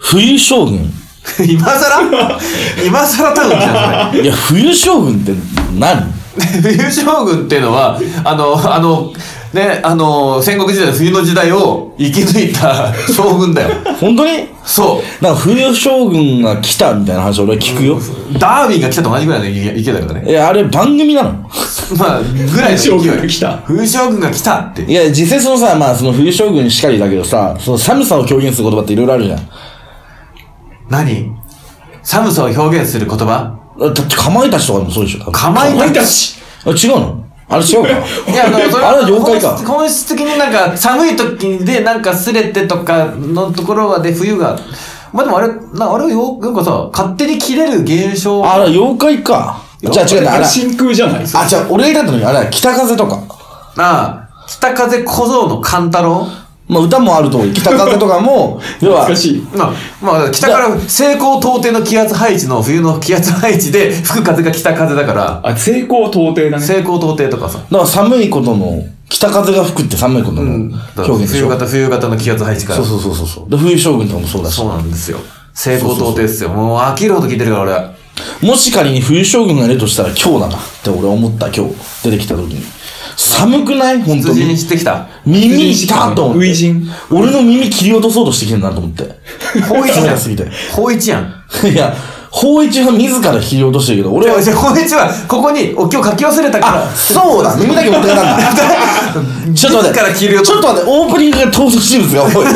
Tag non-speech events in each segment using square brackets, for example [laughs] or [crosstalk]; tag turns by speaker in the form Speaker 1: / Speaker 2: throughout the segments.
Speaker 1: 冬将軍
Speaker 2: [laughs] 今更今更タウンじゃんそれ
Speaker 1: いや、冬将軍って何
Speaker 2: 冬将軍っていうのはあのあのねあの戦国時代の冬の時代を生き抜いた将軍だよ
Speaker 1: 本当に
Speaker 2: そ
Speaker 1: なんか冬将軍が来たみたいな話俺は聞くよ。
Speaker 2: うダーウィンが来たと同じぐらいの勢いだからね
Speaker 1: いや、あれ番組なの
Speaker 2: まあぐらいの勢い
Speaker 3: 将軍が来た
Speaker 2: 冬将軍が来たって
Speaker 1: いや、実際そのさ、まあその冬将軍しかりだけどさ、その寒さを表現する言葉っていろいろあるじゃん。
Speaker 2: 何寒さを表現する言葉
Speaker 1: だってかまいたちとかでもそうでしょ。多分
Speaker 2: かまい
Speaker 3: 俺
Speaker 2: た
Speaker 3: た
Speaker 2: ち
Speaker 3: ち
Speaker 1: あ違うのあれ違うか
Speaker 2: いや、あの、それ
Speaker 1: あれは妖怪か
Speaker 2: 本質本質的になんか、寒い時で、なんか、すれてとかのところはで、冬が。まあ、でもあれ、なあれはよ、よくさ、勝手に切れる現象。
Speaker 1: あれ妖怪か。じゃあ違うね、あれ。
Speaker 3: 真空じゃない
Speaker 1: あ、じゃあ俺が言いたかったのに、あれは北風とか。
Speaker 2: ああ、北風小僧の勘太郎
Speaker 1: まあ歌もあるとり北風とかも、要は、
Speaker 3: 難しい
Speaker 2: まあ、まあ、北から西高東低の気圧配置の冬の気圧配置で、吹く風が北風だから、
Speaker 3: あ成功到底だね
Speaker 2: 西高東低とかさ。
Speaker 1: だから寒いことの、北風が吹くって寒いことの
Speaker 2: だから
Speaker 1: 表現でし
Speaker 2: 冬
Speaker 1: ょ。
Speaker 2: 型、冬型の気圧配置から。
Speaker 1: そうそうそうそうそう。で、冬将軍とかもそうだし。
Speaker 2: そうなんですよ。西高東低ですよ。もう、飽きるほど聞いてるから、俺は。
Speaker 1: もし仮に冬将軍がいるとしたら今日だなって俺は思った今日出てきた時に。寒くない本当
Speaker 2: 羊に
Speaker 1: に。
Speaker 2: してきた。
Speaker 1: 耳痛と思っ
Speaker 3: 初
Speaker 1: て。
Speaker 3: 陣
Speaker 1: 俺の耳切り落とそうとしてきてんなと思って。 [laughs]
Speaker 2: 法一じゃ
Speaker 1: すぎて
Speaker 2: ん。法一やん。
Speaker 1: いや、法一は自ら切り落としてるけど、俺
Speaker 2: いや
Speaker 1: は、
Speaker 2: じゃあ法一は、ここにお経書き忘れたから。
Speaker 1: そうだ耳だけ持ってかなん
Speaker 2: [laughs]
Speaker 1: だ。ちょっと待って。
Speaker 2: 自ら切り落と
Speaker 1: ちょっと待って、オープニングが登場人物が多い。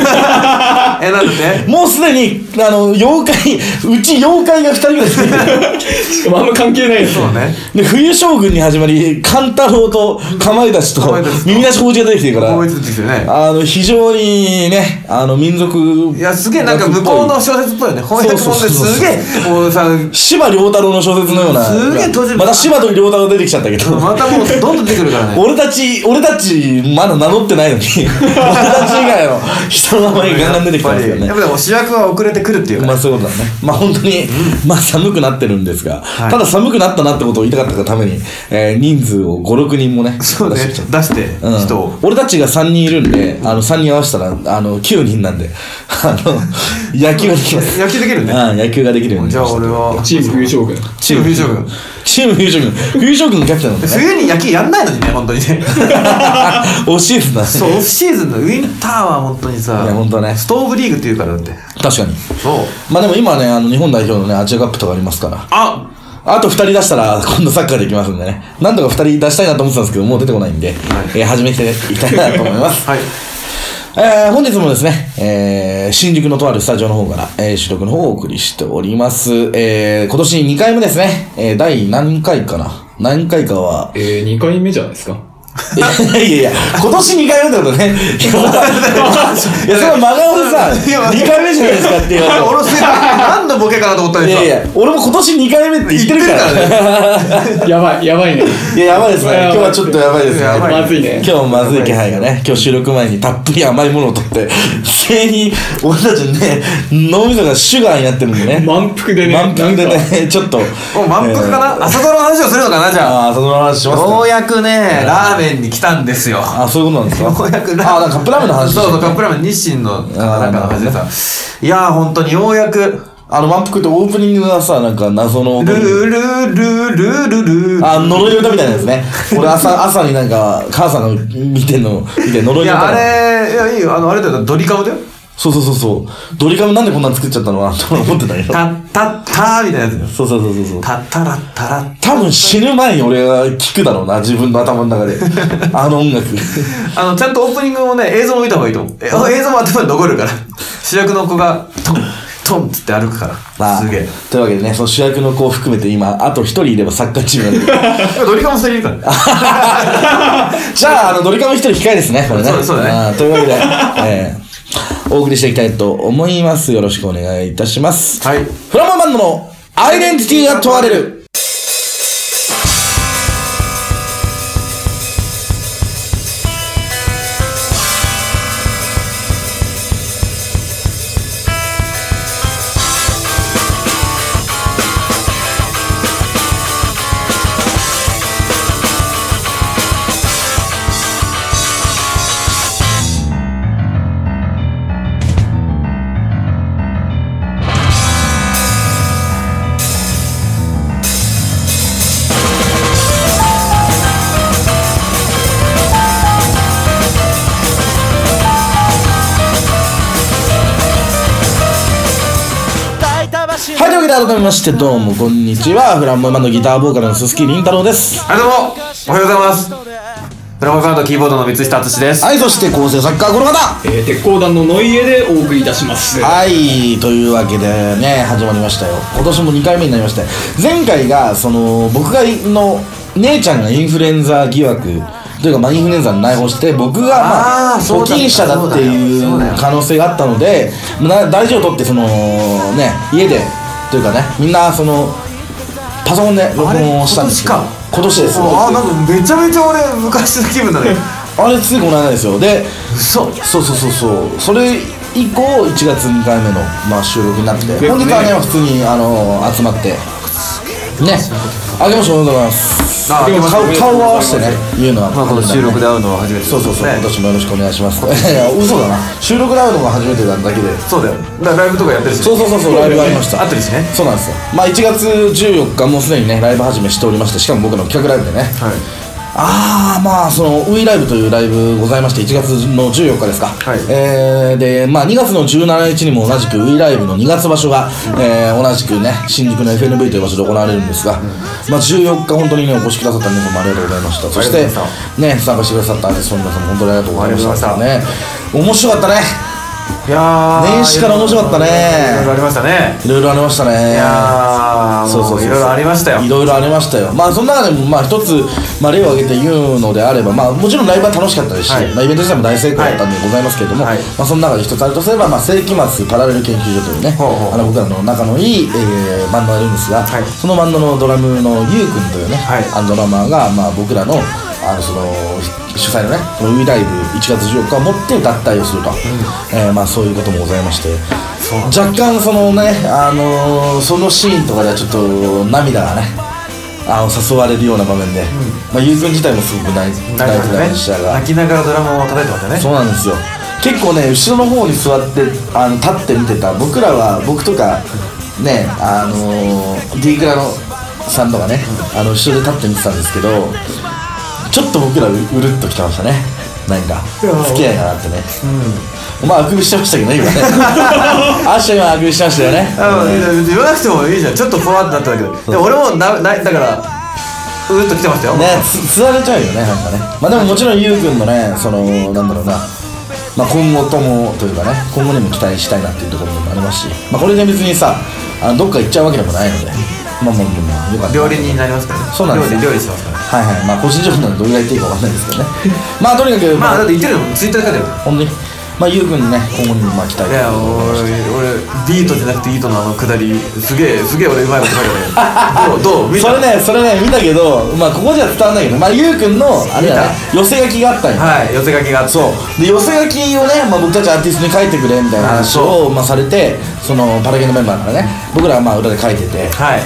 Speaker 2: え、なんでね。
Speaker 1: もうすでに、あの、妖怪、うち妖怪が二人ぐらい出てきてる
Speaker 3: しかもあんま関係ないやつ
Speaker 2: そうね。
Speaker 1: [laughs] で、冬将軍に始まり、勘太郎とかまいたちと
Speaker 2: かまいたち、と
Speaker 1: 耳なし法事が出てきてるから
Speaker 2: 法、一出てきてるね。
Speaker 1: あの、非常にね、あの、民族。
Speaker 2: いや、すげえなんか向こうの小説っぽいよね。翻訳
Speaker 1: そう
Speaker 2: 本
Speaker 1: そう
Speaker 2: で
Speaker 1: そう
Speaker 2: すげえ、もうさ、
Speaker 1: 芝良太郎の小説のような。
Speaker 2: すげえ閉じる
Speaker 1: また芝と良太郎出てきちゃったけど。
Speaker 2: またもうどんどん出てくるからね。
Speaker 1: 俺たち、俺たち、まだ名乗ってないのに、 [laughs] 俺たち以外の人の名前がガンガン出てきてますよ
Speaker 2: や
Speaker 1: ね
Speaker 2: っ。ぱでも主役は遅れてくるっていうか
Speaker 1: ま
Speaker 2: ね
Speaker 1: あそういうことだね。まあ本当に、まあ寒くなってるんですが、ただ寒くなったなってことを言いたかったがために、えー人数を5、6人もね、
Speaker 2: そうね、
Speaker 1: 出して
Speaker 2: 出
Speaker 1: きちゃった
Speaker 2: して、人を。
Speaker 1: 俺たちが3人いるんで、あの、3人合わせたら、あの、9人なんで、 [laughs] あの、野球ができます。
Speaker 2: 野球できるね
Speaker 1: うん、野球ができるように
Speaker 2: じ
Speaker 1: な
Speaker 2: ゃ
Speaker 1: りました。
Speaker 2: あ俺は、
Speaker 3: チーム冬将軍
Speaker 2: チーム冬将軍。
Speaker 1: チーム優勝軍、優勝軍のキャプテン
Speaker 2: [laughs]
Speaker 1: なんでね。
Speaker 2: 冬に野球やんないのにね、本当にね。 [laughs]
Speaker 1: 惜しいですね。
Speaker 2: そう、オフシーズンのウィンターは本当にさ、
Speaker 1: いや本当ね
Speaker 2: ストーブリーグっていうからだって。
Speaker 1: 確かに。
Speaker 2: そう。
Speaker 1: まあでも今ね、あの、日本代表のね、アジアカップとかありますから。
Speaker 2: あ
Speaker 1: あと2人出したら、今度サッカーできますんでね。なんとか2人出したいなと思ってたんですけど、もう出てこないんで、えー始めていきたいなと思います。
Speaker 2: はい。
Speaker 1: [laughs] えー本日もですね、えー新宿のとあるスタジオの方から、えー収録の方をお送りしております。えー今年2回目ですね、えー第何回かな何回か [laughs] は、
Speaker 3: えー、2回目じゃないですか
Speaker 1: いやいやいや、今年2回目ってこと [laughs] ね。いや、それは真顔で
Speaker 2: いや
Speaker 1: さ、2回目じゃないですかって言われて
Speaker 2: 俺、
Speaker 1: も [laughs]
Speaker 2: おろす何のボケかなと思ったん
Speaker 1: い
Speaker 2: で
Speaker 1: やい
Speaker 2: す
Speaker 1: や、俺も今年2回目って言ってるから
Speaker 2: 言って
Speaker 1: ね。
Speaker 3: やばいやばいね
Speaker 1: [laughs] いや、やばいですね。
Speaker 3: いや
Speaker 1: 今日はちょっとやばいですね。
Speaker 2: やばい
Speaker 3: まずいね
Speaker 1: 今日まずい気配がね、今日収録前にたっぷり甘いものを取って、全員、俺たちね、脳みそがシュガーになってるんでね。
Speaker 3: 満腹でね
Speaker 1: 満腹で
Speaker 3: なんか
Speaker 1: ね、ちょっと。
Speaker 2: もう満腹かな、
Speaker 1: えー
Speaker 2: 朝ドラの話をするのかなじゃあ。
Speaker 1: ああ、その話します
Speaker 2: よ
Speaker 1: ね。
Speaker 2: うやくね、ラーメンに来たんですよ。
Speaker 1: あ、そういうことなんですか。
Speaker 2: ようやくラーメン。
Speaker 1: あ、なんかカップラーメンの話。
Speaker 2: そうそう、カップラーメン、日清のなんかの話でさ。いやー、ほんとにようやく、
Speaker 1: あの、満腹ってオープニングがさ、なんか謎の。
Speaker 2: ルールールールールールー。
Speaker 1: あ、呪いの歌みたいなやつね。俺朝、朝になんか、母さんが見てんの、見て呪
Speaker 2: い
Speaker 1: いの
Speaker 2: や、
Speaker 1: 歌。
Speaker 2: あれ、いや、いいよ。あの、あれだよ、ドリカムだよ。
Speaker 1: そうそうそうそう。ドリカムなんでこんなの作っちゃったのかなと思ってた
Speaker 2: [laughs]
Speaker 1: けど。
Speaker 2: タッタッターみたいなやつだよ。
Speaker 1: そうそうそうそうそう。
Speaker 2: タッタラッタラッ
Speaker 1: 多分死ぬ前に俺は聞くだろうな、自分の頭の中で。
Speaker 2: [laughs]
Speaker 1: あの音楽。
Speaker 2: あの、ちゃんとオープニングもね、映像も見た方がいいと思う。えあの映像も頭に残るから。主役の子が、トン、トンっつって歩くから。
Speaker 1: あ
Speaker 2: すげえ。
Speaker 1: というわけでね、その主役の子を含めて今、あと一人いればサッカーチームにな
Speaker 2: [laughs]
Speaker 1: る。
Speaker 2: ドリカムそれいるからね。
Speaker 1: じゃあ、あの、ドリカム一人控えですね、これね。
Speaker 2: そうだそうだね
Speaker 1: あーというわけで、えーお送りしていきたいと思います。よろしくお願いいたします。
Speaker 2: はい。
Speaker 1: フラマンバンドのアイデンティティが問われる。で改めましてどうもこんにちは。フランボイマンのギターボーカルの鈴木凛太郎です。
Speaker 2: あどうもおはようございますドラマカードキーボードの三下敦です
Speaker 1: はい、そして構成作家、この方
Speaker 3: えー、鉄鋼団のノイエでお送りいたします。
Speaker 1: はい、というわけでね、始まりましたよ。今年も2回目になりまして、前回が、その、僕が、の、姉ちゃんがインフルエンザ疑惑、というか、まあ、インフルエンザに内包して、僕が、ま
Speaker 2: あ
Speaker 1: あ、
Speaker 2: ーそう
Speaker 1: 保
Speaker 2: だった
Speaker 1: 菌者だってい
Speaker 2: そうだよそうだよ
Speaker 1: う可能性があったので、な大事を取って、その、ね、家で、というかね、みんな、その、パソコンで録音をしたんですけど
Speaker 2: あれ
Speaker 1: 今年です
Speaker 2: ああなんかめちゃめちゃ俺昔の気分だね
Speaker 1: あれついこの間ですよで
Speaker 2: 嘘
Speaker 1: そうそうそうそうそれ以降1月2回目の、まあ、収録になって
Speaker 3: ね
Speaker 1: 本日はね普通にあの集まってねあげましょうおめでとうございます
Speaker 2: あ
Speaker 1: でも顔顔を合わせてね言うのは、
Speaker 2: まあこの収録で会うのは初めて
Speaker 1: そうそうそう、
Speaker 2: ね
Speaker 1: 今年もよろしくお願いします [laughs] いや嘘だな収録で会うのが初めてなんだけで
Speaker 2: そうだよだからライブとかやってるし
Speaker 1: そうそうそうそうライブがありました
Speaker 2: あったりしね
Speaker 1: そうなんですよまあ1月14日もうすでにねライブ始めしておりましてしかも僕の企画ライブでね
Speaker 2: はい
Speaker 1: ああまあその WE ライブというライブございまして1月の14日ですか、
Speaker 2: はい
Speaker 1: えー、でまあ2月の17日にも同じく WE ライブの2月場所が、えー同じくね新宿の FNV という場所で行われるんですが、まあ14日本当にねお越しくださった皆様ありがとうございましたそし
Speaker 2: あ
Speaker 1: て
Speaker 2: りがとうござい
Speaker 1: ね
Speaker 2: ま
Speaker 1: 参加してくださったアニソン皆様本当にありがとうございましたね面白かったね
Speaker 2: いやー
Speaker 1: 年始から面白かったね
Speaker 2: いろいろありましたね
Speaker 1: いろいろありましたね
Speaker 2: いやー
Speaker 1: そうそうそう
Speaker 2: もういろいろありましたよ
Speaker 1: いろいろありましたよまあその中でもまあ一つ、まあ、例を挙げて言うのであればまあもちろんライブは楽しかったですし、
Speaker 2: はい
Speaker 1: まあ、イベント自体も大成功だったんでございますけれども、
Speaker 2: はい
Speaker 1: まあ、その中で一つあるとすれば、まあ、世紀末パラレル研究所というね
Speaker 2: ほうほう
Speaker 1: あの僕らの仲のいい、えーバンドがいるんですが、
Speaker 2: はい
Speaker 1: そのバンドのドラムのゆうくんというね、
Speaker 2: はい
Speaker 1: あのドラマーが、まあ、僕らのあのその主催のねこの WE ライブ1月14日をもって脱退をすると、えーまあ、そういうこともございまして
Speaker 2: そう
Speaker 1: 若干そのね、あのーそのシーンとかではちょっと涙がねあの誘われるような場面で、まあ、ゆうくん自体もすごく泣い泣いてたり
Speaker 2: なんかね
Speaker 1: したが、
Speaker 2: 泣きながらドラムを叩いてましたね
Speaker 1: そうなんですよ結構ね後ろの方に座ってあの立って見てた僕らは僕とかねあのー、D クラのさんとかね、あの後ろで立って見てたんですけどちょっと僕らううるっときてましたねなんか
Speaker 2: やー
Speaker 1: 好きやなってね
Speaker 2: う
Speaker 1: お
Speaker 2: ん
Speaker 1: 前あくびしてましたけどね今
Speaker 2: [laughs]
Speaker 1: ねあっしは今あくびしてましたよね
Speaker 2: あいや言わなくてもいいじゃんちょっとふわってなっただけどでも俺もななだからうーっと来てましたよ
Speaker 1: ねつつられちゃうよねなんかねまあでももちろんゆうくんのねそのなんだろうなまあ今後ともというかね今後にも期待したいなっていうところもありますしまあこれで別にさあのどっか行っちゃうわけでもないのでまあまあまあまあよかった
Speaker 2: 料理人になりますからね
Speaker 1: そうなんですよ
Speaker 2: 料理料理してますからね
Speaker 1: はいはいまあ個人情報なんでどれぐらい言っていいかわかんないです
Speaker 2: [laughs]
Speaker 1: けどねまあとにかく
Speaker 2: まあ
Speaker 1: ま
Speaker 2: だっ
Speaker 1: あ
Speaker 2: て言ってるのツイッターで書いてる
Speaker 1: 本当にまあゆうくんにね今後にもまあ期待
Speaker 2: いや俺俺ビートじゃなくてイートのあのくだりすげえすげえ俺うまいこと書いてるどうどう見
Speaker 1: そ
Speaker 2: た
Speaker 1: れねそれね見たけどまあここじゃ伝わんないけどまあゆうくんのあれだね寄せ書きがあったんよ
Speaker 2: はい寄せ書きがあって
Speaker 1: そうで寄せ書きをね、まあ、僕たちアーティストに書いてくれみたいな
Speaker 2: あ
Speaker 1: 話
Speaker 2: そ
Speaker 1: をまあ、されてそのパラゲンのメンバーからね僕らはまあ裏で書いてて、
Speaker 2: はい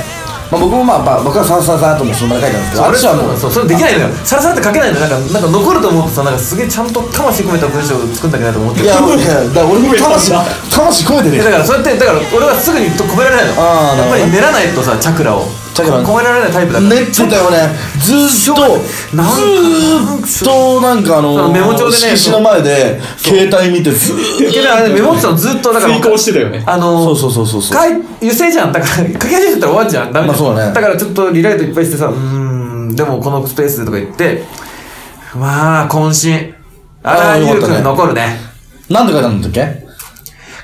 Speaker 1: まあ、僕もまあば僕はさあさあさあともその場で書いたんですけどあっちはもう
Speaker 2: そうそれできないのよさらさらって書けないのよなんかなんか残ると思ってさなんかすげえちゃんと魂込めた文章を作んなきゃなと思って
Speaker 1: い
Speaker 2: る
Speaker 1: や俺いやだから俺 [laughs] も魂魂込めて
Speaker 2: いや
Speaker 1: ね
Speaker 2: だからそうやってだから俺はすぐにと込められないの
Speaker 1: あー
Speaker 2: やっぱ
Speaker 1: なる
Speaker 2: り
Speaker 1: ほど
Speaker 2: 練らないとさチャクラを
Speaker 1: チャクラ
Speaker 2: こ込められないタイプだから
Speaker 1: ねってたよねずーっとず
Speaker 2: なんか
Speaker 1: ーっとなんかあ
Speaker 2: そ
Speaker 1: の
Speaker 2: のメモ帳でね
Speaker 1: 色紙の前で携帯見てずーっ
Speaker 2: けどあれメモってたのずっとだから
Speaker 3: 遂行してたよね。
Speaker 2: あの
Speaker 1: とそうそうそうそうそう
Speaker 2: かい油性じゃんだから書き始めたら終わんじゃんダメじゃん
Speaker 1: まあそうだね
Speaker 2: からちょっとリライトいっぱいしてさうーんでもこのスペースでとか言ってまあ渾身あ
Speaker 1: あ
Speaker 2: あ
Speaker 1: ー
Speaker 2: ゆ
Speaker 1: よ
Speaker 2: う
Speaker 1: かっ
Speaker 2: く
Speaker 1: たね
Speaker 2: ん残るね
Speaker 1: なんて書いたんだっけ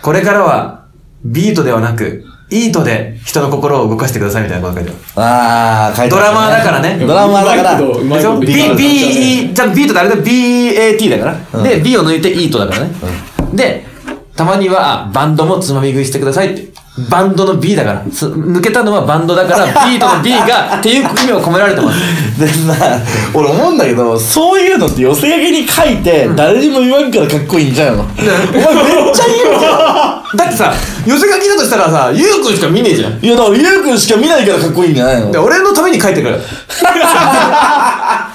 Speaker 2: これからはビートではなくイートで人の心を動かしてくださいみたいなこと書いてある
Speaker 1: ああ書いてあった
Speaker 2: ドラマーだからね
Speaker 1: ドラマーだから
Speaker 3: うまいことうまいこと
Speaker 2: で
Speaker 3: ビー
Speaker 2: し
Speaker 3: ト
Speaker 2: ょ B、
Speaker 3: ビ
Speaker 2: B、じゃあビートってあれだ BAT だから、
Speaker 1: うん
Speaker 2: で B を抜いて E とだからね、でたまにはあバンドもつまみ食いしてくださいってバンドの B だからつ抜けたのはバンドだからビートの B がっていう意味を込められてます
Speaker 1: でさ俺思うんだけどそういうのって寄せ書きに書いて誰にも言わんからかっこいいんじゃんの、お前めっちゃ言うじゃ
Speaker 2: だってさ寄せ書きだとしたらさゆうくんしか見ねえじゃん
Speaker 1: んいやだからゆうくんしか見ないからかっこいいんじゃないの
Speaker 2: で俺のために書いてるから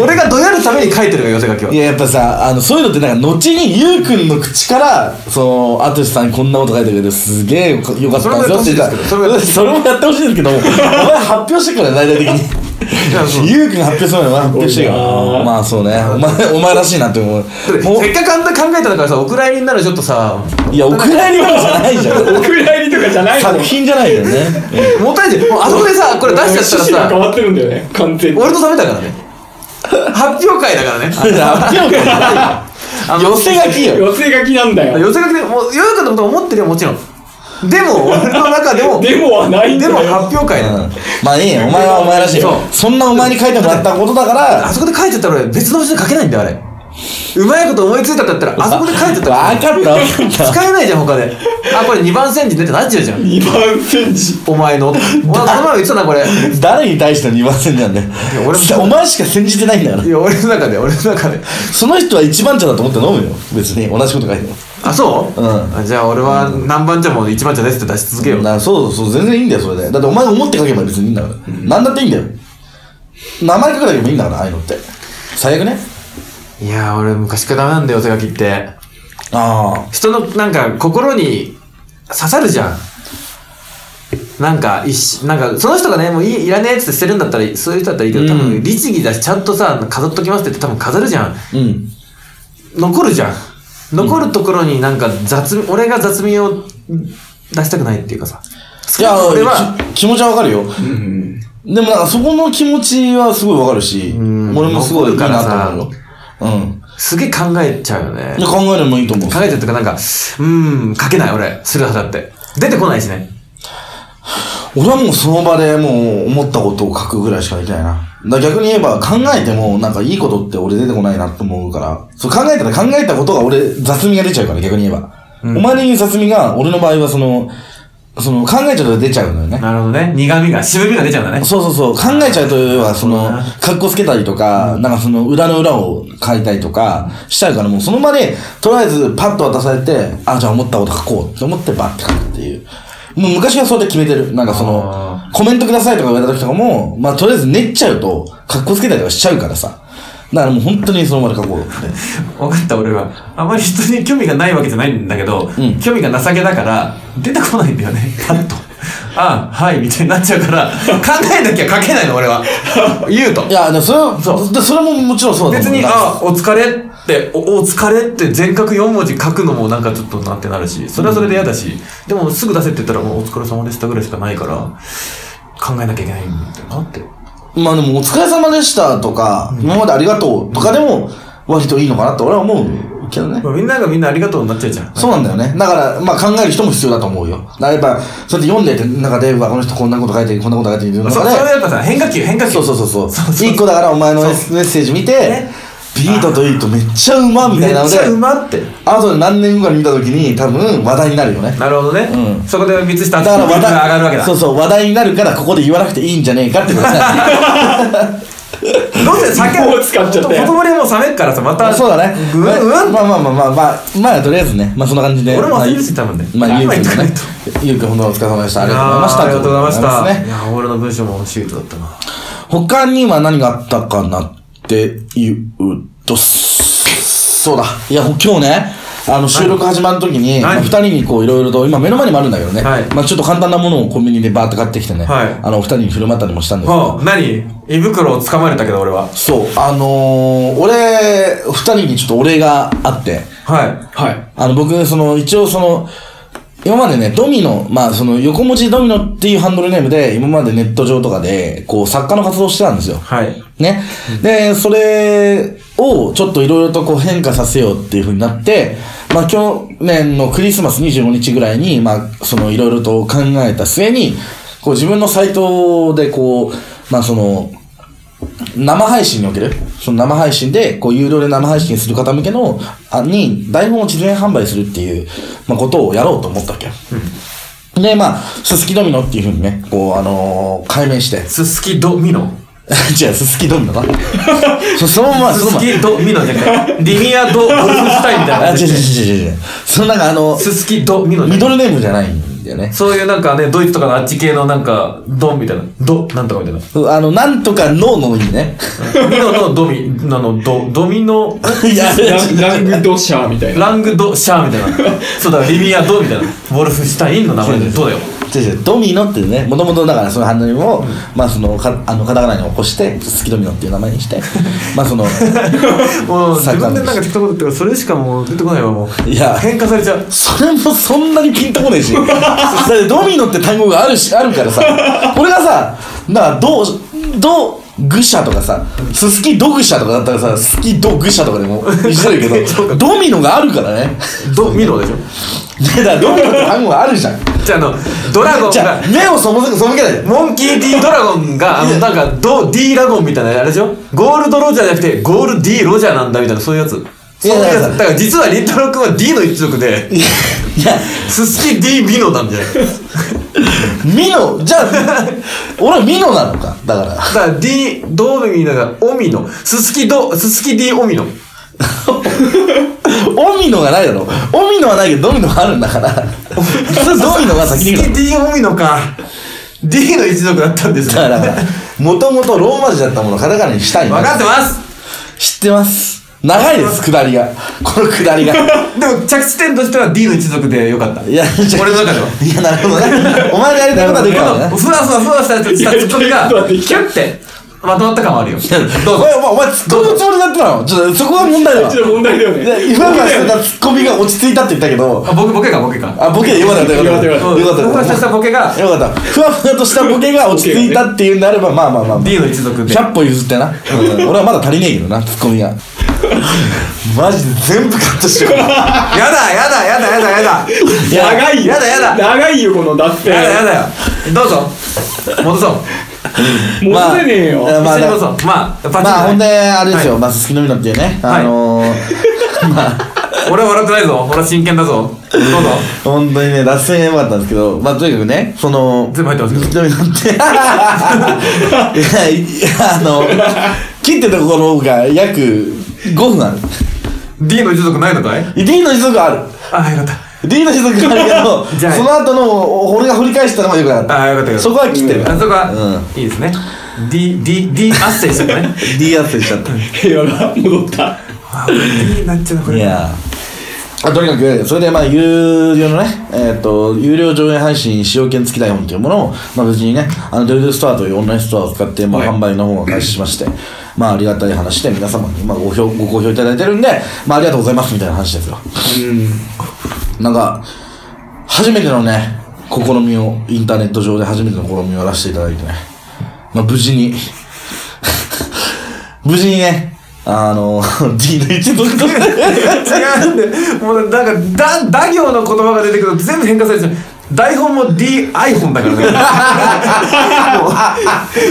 Speaker 2: 俺がどやるために書いてるから寄せ書きはい
Speaker 1: ややっぱさあのそういうのってなんか後にゆうくんの口からそのあとしさんこんなこと書いてくれてすげえよかよかったんですよって
Speaker 2: それもやってほ
Speaker 1: 言っ
Speaker 2: しいで
Speaker 1: た [laughs] それもやってほしいんです
Speaker 2: [laughs]
Speaker 1: けどもお前発表してから大々的
Speaker 2: やそう
Speaker 1: にゆうくん発表するのにお前発表してからまあそうねお前お前らしいなって
Speaker 2: [laughs]
Speaker 1: 思う
Speaker 2: だって
Speaker 1: も
Speaker 2: せっかくあんな考えたんだからさお蔵入りになるちょっとさ
Speaker 1: ういやお蔵入りまでじゃないじゃん
Speaker 3: お蔵入りとかじゃないの
Speaker 1: 作品じゃないよ
Speaker 2: [laughs]
Speaker 1: ね
Speaker 2: もったいないじゃんもうあそこでさこれ出しちゃっ
Speaker 3: 趣旨
Speaker 2: たら
Speaker 3: が変 [laughs]
Speaker 2: さ
Speaker 3: わってるんだよね完全に
Speaker 2: 俺のためだからね発表会だからね
Speaker 3: [laughs]
Speaker 1: 発表会
Speaker 2: あの
Speaker 1: 寄せ書きよ
Speaker 3: 寄せ書きなんだよ
Speaker 2: 寄せ書きでもう世の中のことを思ってるよもちろんでも俺の中でも
Speaker 3: [laughs] でもはないんだ
Speaker 2: で
Speaker 3: よ
Speaker 2: も発表会だから、
Speaker 1: まあいいよお前はお前らしいよ
Speaker 2: そ
Speaker 1: そ
Speaker 2: う
Speaker 1: んなお前に書いてもらったことだから
Speaker 2: あそこで書いてたら俺別の人に書けないんだよあれうまいこと思いついたんだったらあそこで書いてたら
Speaker 1: 分かった分かっ
Speaker 2: [laughs] 使えないじゃん他であこれ2番煎じ出ってなっちゃうじゃん
Speaker 3: 二番煎じ
Speaker 2: お前の俺この前も言ってたなこれい
Speaker 1: た誰に対しての2番線なんだよ
Speaker 2: や俺も
Speaker 1: お前しか信じてないんだから
Speaker 2: や俺の中で俺の中で
Speaker 1: その人は一番茶だと思って飲むよ別に同じこと書いて
Speaker 2: あそう、
Speaker 1: うん
Speaker 2: あじゃあ俺は何番茶も1番茶ですって出し続けよう、
Speaker 1: るなそうそう全然いいんだよそれでだってお前思って書けば別にいいんだから、何だっていいんだよ名前書くだけでもいいんだからああいうのって最悪ね
Speaker 2: いやー俺昔からダメなんだよ寄せ書きって
Speaker 1: ああ
Speaker 2: 人のなんか心に刺さるじゃんなんか一しなんかその人がねもういいいらねえっつって捨てるんだったらそういう人だったらいいけど、多
Speaker 1: う
Speaker 2: 分律儀だしちゃんとさ飾っときますって言って多分飾るじゃん
Speaker 1: うん
Speaker 2: 残るじゃん残るところになんか雑味俺が雑味を出したくないっていうかさ
Speaker 1: いや
Speaker 2: 俺は
Speaker 1: き気持ちはわかるよ、でもなんかそこの気持ちはすごいわかるし、
Speaker 2: ん
Speaker 1: 俺もすごいいいなと思うよ
Speaker 2: 残
Speaker 1: うん
Speaker 2: すげえ考えちゃうよね
Speaker 1: いや考えるのもいいと思う
Speaker 2: 考えちゃうっていうかなんかうーん書けない俺するはずだって出てこないしね
Speaker 1: 俺はもうその場でもう思ったことを書くぐらいしかできないな。だから逆に言えば考えてもなんかいいことって俺出てこないなと思うから、そう考えたら考えたことが俺雑味が出ちゃうから逆に言えば。お前の言う雑味が俺の場合はその、その考えちゃうと出ちゃうのよね。
Speaker 2: なるほどね苦味が渋みが出ちゃうんだね
Speaker 1: そうそうそう。考えちゃうと要はその、格好つけたりとか、なんかその裏の裏を書いたりとかしちゃうからもうその場で、とりあえずパッと渡されて、あ、じゃあ思ったこと書こうって思ってバッて書くっていう。もう昔はそれで決めてる。なんかその
Speaker 2: あ、
Speaker 1: コメントくださいとか言われた時とかも、まあとりあえず練っちゃうと、格好つけたりとかしちゃうからさ。だからもう本当にその場で書こうって。
Speaker 2: 分かった俺はあまり人に興味がないわけじゃないんだけど、
Speaker 1: ん
Speaker 2: 興味が情けだから出てこないんだよねパ
Speaker 1: [laughs]
Speaker 2: ッとあはいみたいになっちゃうから考えなきゃ書けないの俺は言うと
Speaker 1: いや、でもそれは、そそれももちろんそうだと
Speaker 2: 別
Speaker 1: 思う。
Speaker 2: に「
Speaker 1: なんか
Speaker 2: あお疲れ」ってお「お疲れ」って全角4文字書くのもなんかちょっとなってなるしそれはそれで嫌だし、でもすぐ出せって言ったら「もうお疲れ様でした」ぐらいしかないから考えなきゃいけないんだよなって
Speaker 1: まあでも、お疲れ様でしたとか、今までありがとうとかでも、割といいのかなって俺は思うけどね。
Speaker 2: まあみんながみんなありがとうになっちゃうじゃん
Speaker 1: そうなんだよね。だから、まあ考える人も必要だと思うよ。だからやっぱ、そうやって読んでて、なんかデーブはこの人こんなこと書いてる、こんなこと書いてるっていう
Speaker 2: そ
Speaker 1: の
Speaker 2: そ
Speaker 1: が
Speaker 2: れは
Speaker 1: ね。
Speaker 2: やっぱさ変化球変化球
Speaker 1: そうそうそう
Speaker 2: そう
Speaker 1: そ。
Speaker 2: そうう
Speaker 1: 一個だからお前のメッ
Speaker 2: そ
Speaker 1: メッセージ見て
Speaker 2: ね、
Speaker 1: ビートといいとめっちゃうまみたいなので
Speaker 2: めっちゃ、うまって
Speaker 1: あとで何年後かに見た時に多分話題になるよね。
Speaker 2: なるほどね、
Speaker 1: うん
Speaker 2: そこで三下
Speaker 1: だから
Speaker 2: の
Speaker 1: 話
Speaker 2: が上
Speaker 1: 題
Speaker 2: がるわけだ
Speaker 1: そうそう、話題になるからここで言わなくていいんじゃねえかってことだ
Speaker 2: [laughs]
Speaker 1: ね
Speaker 2: どうせ酒
Speaker 3: もう使っちゃったよ
Speaker 2: ほとぼりはもう冷めっからさまた
Speaker 1: そうだね。
Speaker 2: うん
Speaker 1: まあ
Speaker 2: うん
Speaker 1: まあまあまあまあまあ、まあとりあえずね、まあそんな感じで。
Speaker 2: 俺も
Speaker 1: まあ
Speaker 2: 忘れるし多分ね
Speaker 1: まあ、ゆう
Speaker 2: 今
Speaker 1: くん
Speaker 2: 言っ
Speaker 1: も
Speaker 2: とかない
Speaker 1: ね
Speaker 2: と。
Speaker 1: ゆうくん本当お疲れ様でした。ありがとうございました。
Speaker 2: あーありがとうございまし
Speaker 1: ということでございます
Speaker 2: た
Speaker 1: ね
Speaker 2: いや俺の文章もシュートだったな
Speaker 1: 他には何があったかなっていうと、そうだ。いや、今日ね、あの、収録始まるときに、まあ
Speaker 2: 何
Speaker 1: 二人にこう、いろいろと、今目の前にもあるんだけどね、
Speaker 2: はい
Speaker 1: まあちょっと簡単なものをコンビニでバーって買ってきてね、
Speaker 2: はい
Speaker 1: あの、お二人に振る舞ったりもしたんですけど、
Speaker 2: あ何胃袋を掴まれたけど俺は
Speaker 1: そう、あのー、俺、二人にちょっとお礼があって、
Speaker 2: はい
Speaker 3: はい
Speaker 1: あの、僕、その、一応その、今までね、ドミノ、まあ、その、横文字ドミノっていうハンドルネームで、今までネット上とかで、こう、作家の活動をしてたんですよ。
Speaker 2: はい
Speaker 1: ね。で、それをちょっといろいろとこう変化させようっていう風になって、まあ去年のクリスマス25日ぐらいに、まあそのいろいろと考えた末に、こう自分のサイトでこう、まあその、生配信における、その生配信で、こう、有料で生配信する方向けの、あに、台本を事前販売するっていう、まあ、ことをやろうと思ったわけよ。で、まあ、すすきドミノっていう風にね、こう、あのー解明して、
Speaker 2: すすきドミノ
Speaker 1: [laughs] じゃあ、すすきドミノ
Speaker 2: [laughs]
Speaker 1: だ。そそのまま、
Speaker 2: す
Speaker 1: その
Speaker 2: す
Speaker 1: まま。
Speaker 2: きドミノじゃな
Speaker 1: [laughs]
Speaker 2: くてリニアドゴルフスタインみ
Speaker 1: あ、
Speaker 2: た
Speaker 1: 違う違う違
Speaker 2: いな
Speaker 1: う違う違う。そのなんかあの、
Speaker 2: すすきドミノじ
Speaker 1: ミ
Speaker 2: ゃなくて
Speaker 1: ドルネームじゃないんだよね。
Speaker 2: そういうなんかねドイツとかのあっち系のなんかドンみたいなドなんとかみたいな
Speaker 1: あの、なんとかノーの意味ね。
Speaker 2: ミノのドミ、あの、ド、ドミノ、
Speaker 1: い [laughs] や、
Speaker 3: ランラングドシャーみたいな
Speaker 2: ラングド、シャーみたい [laughs] な。そうだ、リミアドみたいな。ウォルフシュタインの名前で、どうだよ。
Speaker 1: 違う違うドミノっていうねもともとだからそのハンドルを、まあそのかあのカタカナに起こして好きドミノっていう名前に
Speaker 2: [laughs]
Speaker 1: してまあその
Speaker 2: もう、
Speaker 1: サ
Speaker 2: 自
Speaker 1: ッカー
Speaker 2: 分
Speaker 1: 部
Speaker 2: でなんか適当なこと言ってるから、それしかもう出てこないわ、もう。
Speaker 1: いや
Speaker 2: 変化されちゃう。
Speaker 1: それもそんなにピンとこねえしだってドミノって単語があるしあるからさ俺がさなどうどう愚者とかさすすきど愚者とかだったらさすすきど愚者とかでも一緒だけどドミノがあるからね
Speaker 2: ドミノでしょ
Speaker 1: でだからドミノって単語があるじゃん
Speaker 2: じゃああのドラゴン
Speaker 1: じゃ
Speaker 2: が
Speaker 1: あ目をそもそも背けないで
Speaker 2: モンキー D ドラゴンがあのなんかド D ラゴンみたいなあれでしょゴールドロジャーじゃなくてゴール D ロジャーなんだみたいなそういうやつそういうや
Speaker 1: いや
Speaker 2: つだから実はりんたろーくんは D の一族で
Speaker 1: いやいや
Speaker 2: すすき D ミノなんじゃない
Speaker 1: ミノじゃあ俺はミノなのかだから
Speaker 2: だから D ドミノがオミノすすきドすすき D オミノ
Speaker 1: オミノがないだろオミノはないけどドミノがあるんだからそれドミノが
Speaker 2: すす
Speaker 1: 先
Speaker 2: き
Speaker 1: に来る
Speaker 2: D オミノか D の一族だったんですね
Speaker 1: だからもともとローマ字だったものをカタカナにしたいんだ
Speaker 2: 分かってます
Speaker 1: 知ってます長いです下りがこの下りが
Speaker 2: でも着地点としては D の一族でよかった
Speaker 1: いや
Speaker 2: 俺の中ではい
Speaker 1: やなるほどねお前がやりたいことはできたんだね
Speaker 2: ふわふわふわしたツッコミがキュッてまとまった感はあるよどう
Speaker 1: お
Speaker 2: ぞ
Speaker 1: 前お前ツッコミのつもりだったのちょっとそこが問題だわ
Speaker 3: ちょっと問題だよ
Speaker 1: いや
Speaker 3: ね。
Speaker 1: 今まで
Speaker 3: だ
Speaker 1: し
Speaker 3: よね。
Speaker 1: たツッコミが落ち着いたって言ったけど
Speaker 2: あ僕ボケかボケか
Speaker 1: あボケでよかったよかったよ
Speaker 3: よ
Speaker 1: か
Speaker 3: か
Speaker 1: ったよ
Speaker 2: ふわ
Speaker 1: かっ
Speaker 2: ふわした
Speaker 1: た
Speaker 2: ボケが
Speaker 1: よかったふわふわとしたボケが落ち着いたっていうんであればまあまあまあまあ
Speaker 2: D の一族で
Speaker 1: 100歩譲ってな、うん、俺はまだ足りねえけどなツッコミがマジで全部カットしよう
Speaker 2: やだやだやだやだやだ
Speaker 3: 長いよ。
Speaker 2: やだやだ
Speaker 3: 長いよ、このだって。
Speaker 2: やだやだよどうぞ戻そう
Speaker 3: 戻せねえよ。
Speaker 1: まあ
Speaker 2: 一緒に戻そうまあパチン
Speaker 1: まあほんであれですよ、
Speaker 2: は
Speaker 1: まあすすきのみのっていうね
Speaker 2: はい
Speaker 1: あの
Speaker 2: [laughs]
Speaker 1: ー
Speaker 2: 俺は笑ってないぞ俺は真剣だぞどうぞ
Speaker 1: 本当にね脱線が良かったんですけどまあとにかくねその
Speaker 2: 全部入ってますけど
Speaker 1: すすきのみのっ
Speaker 2: [laughs]
Speaker 1: ていやいやあの切ってたところが約5分ある
Speaker 2: D の一族ないのかい
Speaker 1: D の時速ある
Speaker 2: あよかった
Speaker 1: D の時速があるけ
Speaker 2: [laughs] じ
Speaker 1: ど
Speaker 2: ゃあ
Speaker 1: その後の俺が振り返したのが良くなかった
Speaker 2: あよかったよかった
Speaker 1: そこは切ってるか
Speaker 2: あ
Speaker 1: ら
Speaker 2: そこはいいですね DDD アッセイしたね
Speaker 1: D アッセしちゃった
Speaker 3: 平和が戻った。
Speaker 2: [laughs] あ D になっちゃうなこ
Speaker 1: い
Speaker 2: れ
Speaker 1: やあとにかくそれでまあ有料のねえっ、と有料上映配信使用券付き台本というものをまあ無事にねあのドゥルドゥストアというオンラインストアを使ってまあ
Speaker 3: はい
Speaker 1: 販売の方を開始しまして、まあありがたい話で皆様にまあご評ご好評いただいてるんでまあありがとうございますみたいな話ですよなんか初めてのね試みをインターネット上で初めての試みをやらせていただいてねまあ無事に無事にねあの [laughs] D の一族として
Speaker 2: 違うんでもうなんかだだ行の言葉が出てくると全部変化されてる台本も D アイフォンだ
Speaker 1: [laughs]
Speaker 2: からねもう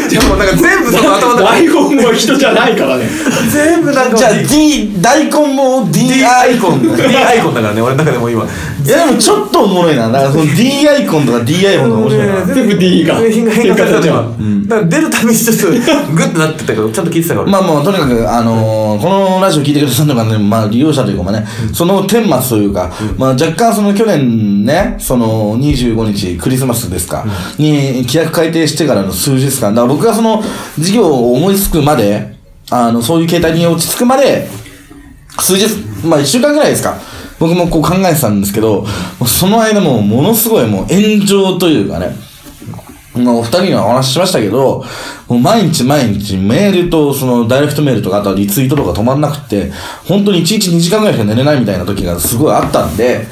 Speaker 2: でもなんか全部その
Speaker 1: [laughs]
Speaker 2: 頭の中
Speaker 3: 台本は人じゃないからね。
Speaker 2: 全部なんか
Speaker 1: じゃあ D 大根も D アイコン
Speaker 2: D アイコンだからね俺の中でもう今
Speaker 1: いやでもちょっとおもろいなだからその D アイコンとか D アイコンとか面白いな
Speaker 3: 全部 D が
Speaker 2: 変化変化された
Speaker 3: 変化された
Speaker 2: 今、だから出るたびにちょっとグッてなってたけどちゃんと聞いてたから、
Speaker 1: まあもうとにかくあのー、このラジオ聞いてくださるのがね、まあ利用者というかまあね、その顛末というか、まあ若干その去年ね、その25日クリスマスですか、に規約改定してからの数日間、だから僕がその事業を思いつくまで、あの、そういう形態に落ち着くまで、数日、まあ一週間ぐらいですか。僕もこう考えてたんですけど、もうその間もうものすごいもう炎上というかね、まあ、お二人にはお話ししましたけど、もう毎日毎日メールと、その、ダイレクトメールとか、あとはリツイートとか止まんなくて、本当に1日2時間ぐらいしか寝れないみたいな時がすごいあったんで、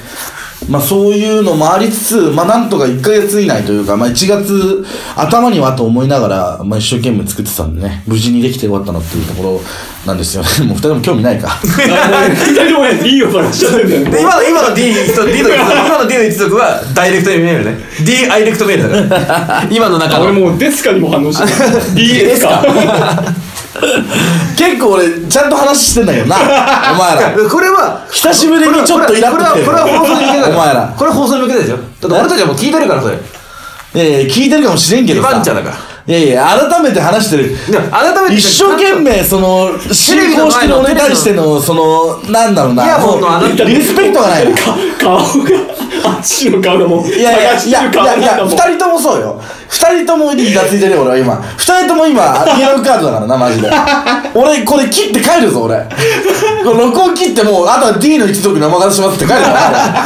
Speaker 1: まあそういうのもありつつ、まあなんとか1ヶ月以内というか、まあ1月頭にはと思いながら、まあ一生懸命作ってたんでね、無事にできてよかったなっていうところなんですよ [laughs] ね。もう二人も興味ない
Speaker 2: [laughs]
Speaker 1: か。
Speaker 3: 二人ともね、D を探しちゃってるんだよ
Speaker 2: で
Speaker 3: ね。
Speaker 2: 今の今の D, と D の一族今の D の一族はダイレクトメールね D アイレクトメールだ
Speaker 1: [laughs]
Speaker 2: から今の中の
Speaker 3: 俺もうデスカにも反応してる。D ですか。
Speaker 1: 結構俺、ちゃんと話してんだけどな、お前
Speaker 2: [laughs]
Speaker 1: ら。
Speaker 2: これは
Speaker 1: 久しぶりにちょっとイラっときてる
Speaker 2: これはこれは放送に向けだから
Speaker 1: お前ら
Speaker 2: これは放送に向けたでしょだって俺たちはもう聞いてるからそれ
Speaker 1: いやいや、聞いてるかもしれんけどさ。
Speaker 2: 二番茶だから
Speaker 1: いやいや、改めて話してる。
Speaker 2: でも改めて
Speaker 1: 一生懸命、その、進行してる俺に対しての、その、なんだろうな。
Speaker 2: いやもう
Speaker 1: もう
Speaker 2: あの
Speaker 1: リスペクトがないな。い
Speaker 3: か顔が、あっちの顔がもう、
Speaker 1: やいや
Speaker 3: 探
Speaker 1: い
Speaker 3: して
Speaker 1: や
Speaker 3: る
Speaker 1: い
Speaker 3: 顔
Speaker 1: やい
Speaker 3: なん
Speaker 1: や、
Speaker 3: だもん。
Speaker 1: 二人ともそうよ。二人ともにイラついてるよ、俺は今。二人とも今、イエローカードだからな、マジで。俺、これ切って帰るぞ、俺。これ録音切ってもう、あとは D の一族生活しますって帰るから。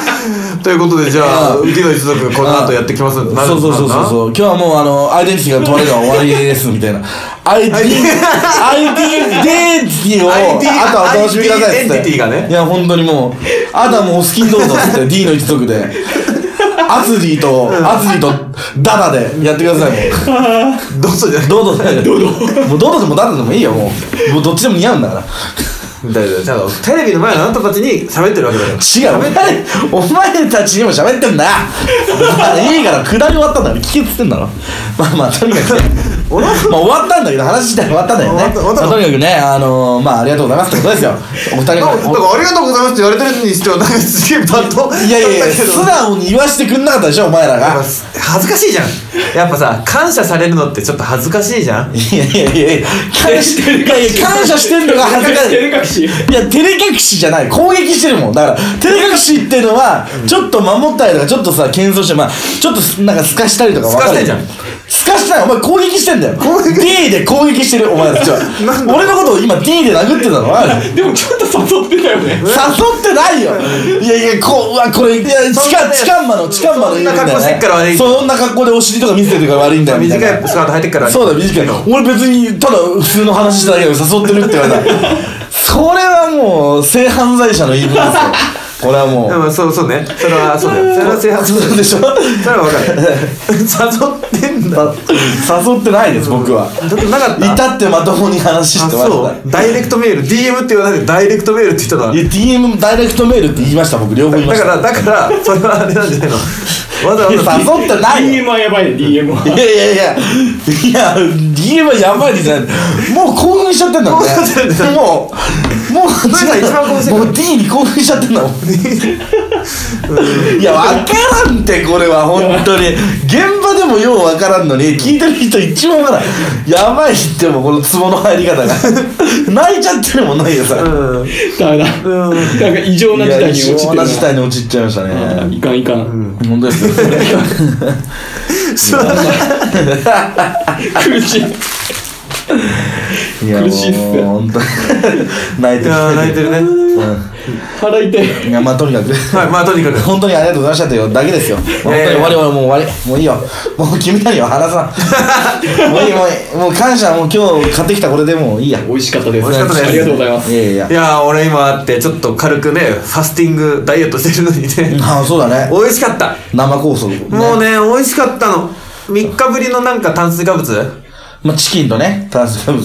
Speaker 2: ということでじゃあ
Speaker 1: う
Speaker 2: ウキの一族この後やってきますんでなる
Speaker 1: そうそうそうそう
Speaker 2: な
Speaker 1: そう今日はもうあのアイデンティティが問われるのは終わりですみたいなアイデンアイデンティティをあ
Speaker 2: アイディ
Speaker 1: とはお楽しみくださいっつって
Speaker 2: アイデンティティがね
Speaker 1: いや本当にもうあとはもうお好きにどうぞっつって D の一族でアズリーと、アズリーとダダでやってくださいもう。どうぞじゃ
Speaker 2: [laughs]
Speaker 1: ない、どうぞじゃない。どうぞ。もうどうぞでもダダでもいいよ、もう。もうどっちでも似合うんだから。
Speaker 2: みたいななんかテレビの前のあなたたちに喋ってるわけだから
Speaker 1: 違う、お前、お前たちにも喋ってんだよ。いいから、下り終わったんだから、聞けっつってんだろ。まあまあ、とにかく [laughs] ね。
Speaker 2: 俺は
Speaker 1: まあ終わったんだけど、話自体終わったんだよね
Speaker 2: 終わった。終わった
Speaker 1: まあとにかくね、あのー、まあありがとうございますってことですよ。お二人
Speaker 4: なんか
Speaker 1: の。
Speaker 4: なんかありがとうございますって言われてるにしてはなんかすげえバッと
Speaker 1: いやいやいや、
Speaker 4: だけど
Speaker 1: 素直に言わしてくんなかったでしょ、お前ら
Speaker 4: や
Speaker 1: が
Speaker 4: っぱ。恥ずかしいじゃん
Speaker 2: やっぱさ感謝されるのってちょっと恥ずかしいじゃん
Speaker 1: [laughs] いやいやいやいや、感謝してるか感謝してんのが恥ずかしい。
Speaker 3: 照れ隠
Speaker 1: い
Speaker 3: し
Speaker 1: や、照れ隠しじゃない。攻撃してるもん。だから、照れ隠しっていうのは、ちょっと守ったりとか、ちょっとさ、謙遜して、まあ、ちょっとすなんか透かしたりとか分かる。
Speaker 2: 透かしてんじゃん
Speaker 1: 透かしてない。お前攻撃してんだよ。D で攻撃してる、お前たちは。俺のことを今 D で殴ってたのある
Speaker 3: でもちょっと誘ってたよね
Speaker 1: 誘ってないよいやいや、こう、うわ、これ、いや、
Speaker 2: そ
Speaker 1: チ
Speaker 2: んな
Speaker 1: カ、
Speaker 2: ね
Speaker 1: チカンマの、チカンマの言うんだよ、ね。
Speaker 2: そんな格好してっから悪い
Speaker 1: そんな格好でお尻とか見せてるから悪いんだよ。みたいな
Speaker 2: 短いスカート履いてっから
Speaker 1: そうだ、短い。俺別に、ただ普通の話しただけで誘ってるって言われた。 [laughs] それはもう、性犯罪者の言い分ですよ。これはも
Speaker 2: で
Speaker 1: う。
Speaker 2: もそうそうねそれはそうだよそれは正反
Speaker 1: そうでしょ
Speaker 2: それは分かる誘ってんだ
Speaker 1: 誘ってないです、僕は。
Speaker 2: だってなかった
Speaker 1: 至ってまともに話してま
Speaker 2: あ
Speaker 1: し
Speaker 2: そ
Speaker 1: た。
Speaker 2: うダイレクトメール DM って言わなくてダイレクトメールって言ったの
Speaker 1: いや、DM ダイレクトメールって言いました、僕、両方言いま
Speaker 2: だ
Speaker 1: し
Speaker 2: か
Speaker 1: た。
Speaker 2: らだからそれはあれなんじゃないのわざわざ
Speaker 1: いや誘ってないよ。
Speaker 3: DM はやばいね DM はい
Speaker 1: やいやいや、いや、DM はやばいじゃない。もう興奮しちゃってんだもんね
Speaker 2: 興奮しちゃってん。だ
Speaker 1: もう、もう、
Speaker 2: れが一番興奮してる
Speaker 1: もう D に興奮しちゃってんだもん。いや、わからんって、これは、本当に。現場でもようわからんのに、聞いてる人一番わからん。やばいっても、このツボの入り方が。泣いちゃってるもんないよ、さ。
Speaker 2: うん
Speaker 3: ダメだなんか異常ない事
Speaker 1: や、
Speaker 3: 態に落
Speaker 1: 一
Speaker 3: ち
Speaker 1: 緒
Speaker 3: てる
Speaker 1: な事態に陥っちゃいました
Speaker 3: うん
Speaker 1: ね。
Speaker 3: いかんいかん
Speaker 1: 本当ですよ。
Speaker 3: 苦しい
Speaker 1: いや、もう
Speaker 3: 苦しいっすね
Speaker 1: 本当に。泣い
Speaker 2: い
Speaker 1: てる。
Speaker 2: やー泣いてるね
Speaker 1: うん
Speaker 3: 腹痛い
Speaker 1: いやまあとにかく [laughs]
Speaker 2: はいまあとにかく
Speaker 1: 本当にありがとうございましたというだけですよ、本当に我々もう終わりもういいよ [laughs] もう君らには話
Speaker 2: [laughs]
Speaker 1: さんもういいもういいもう感謝もう今日買ってきたこれでもういいやい
Speaker 3: 美味しかったです
Speaker 2: 美味しかったです
Speaker 3: ありがとうございます
Speaker 1: やいや
Speaker 2: い
Speaker 1: いや
Speaker 2: やー俺今あってちょっと軽くねファスティングダイエットしてるのにね
Speaker 1: ああそうだね
Speaker 2: 美味しかった
Speaker 1: 生酵素、ね、
Speaker 2: もうね美味しかったの3日ぶりのなんか炭水化物
Speaker 1: まあ、チキンとね炭水化物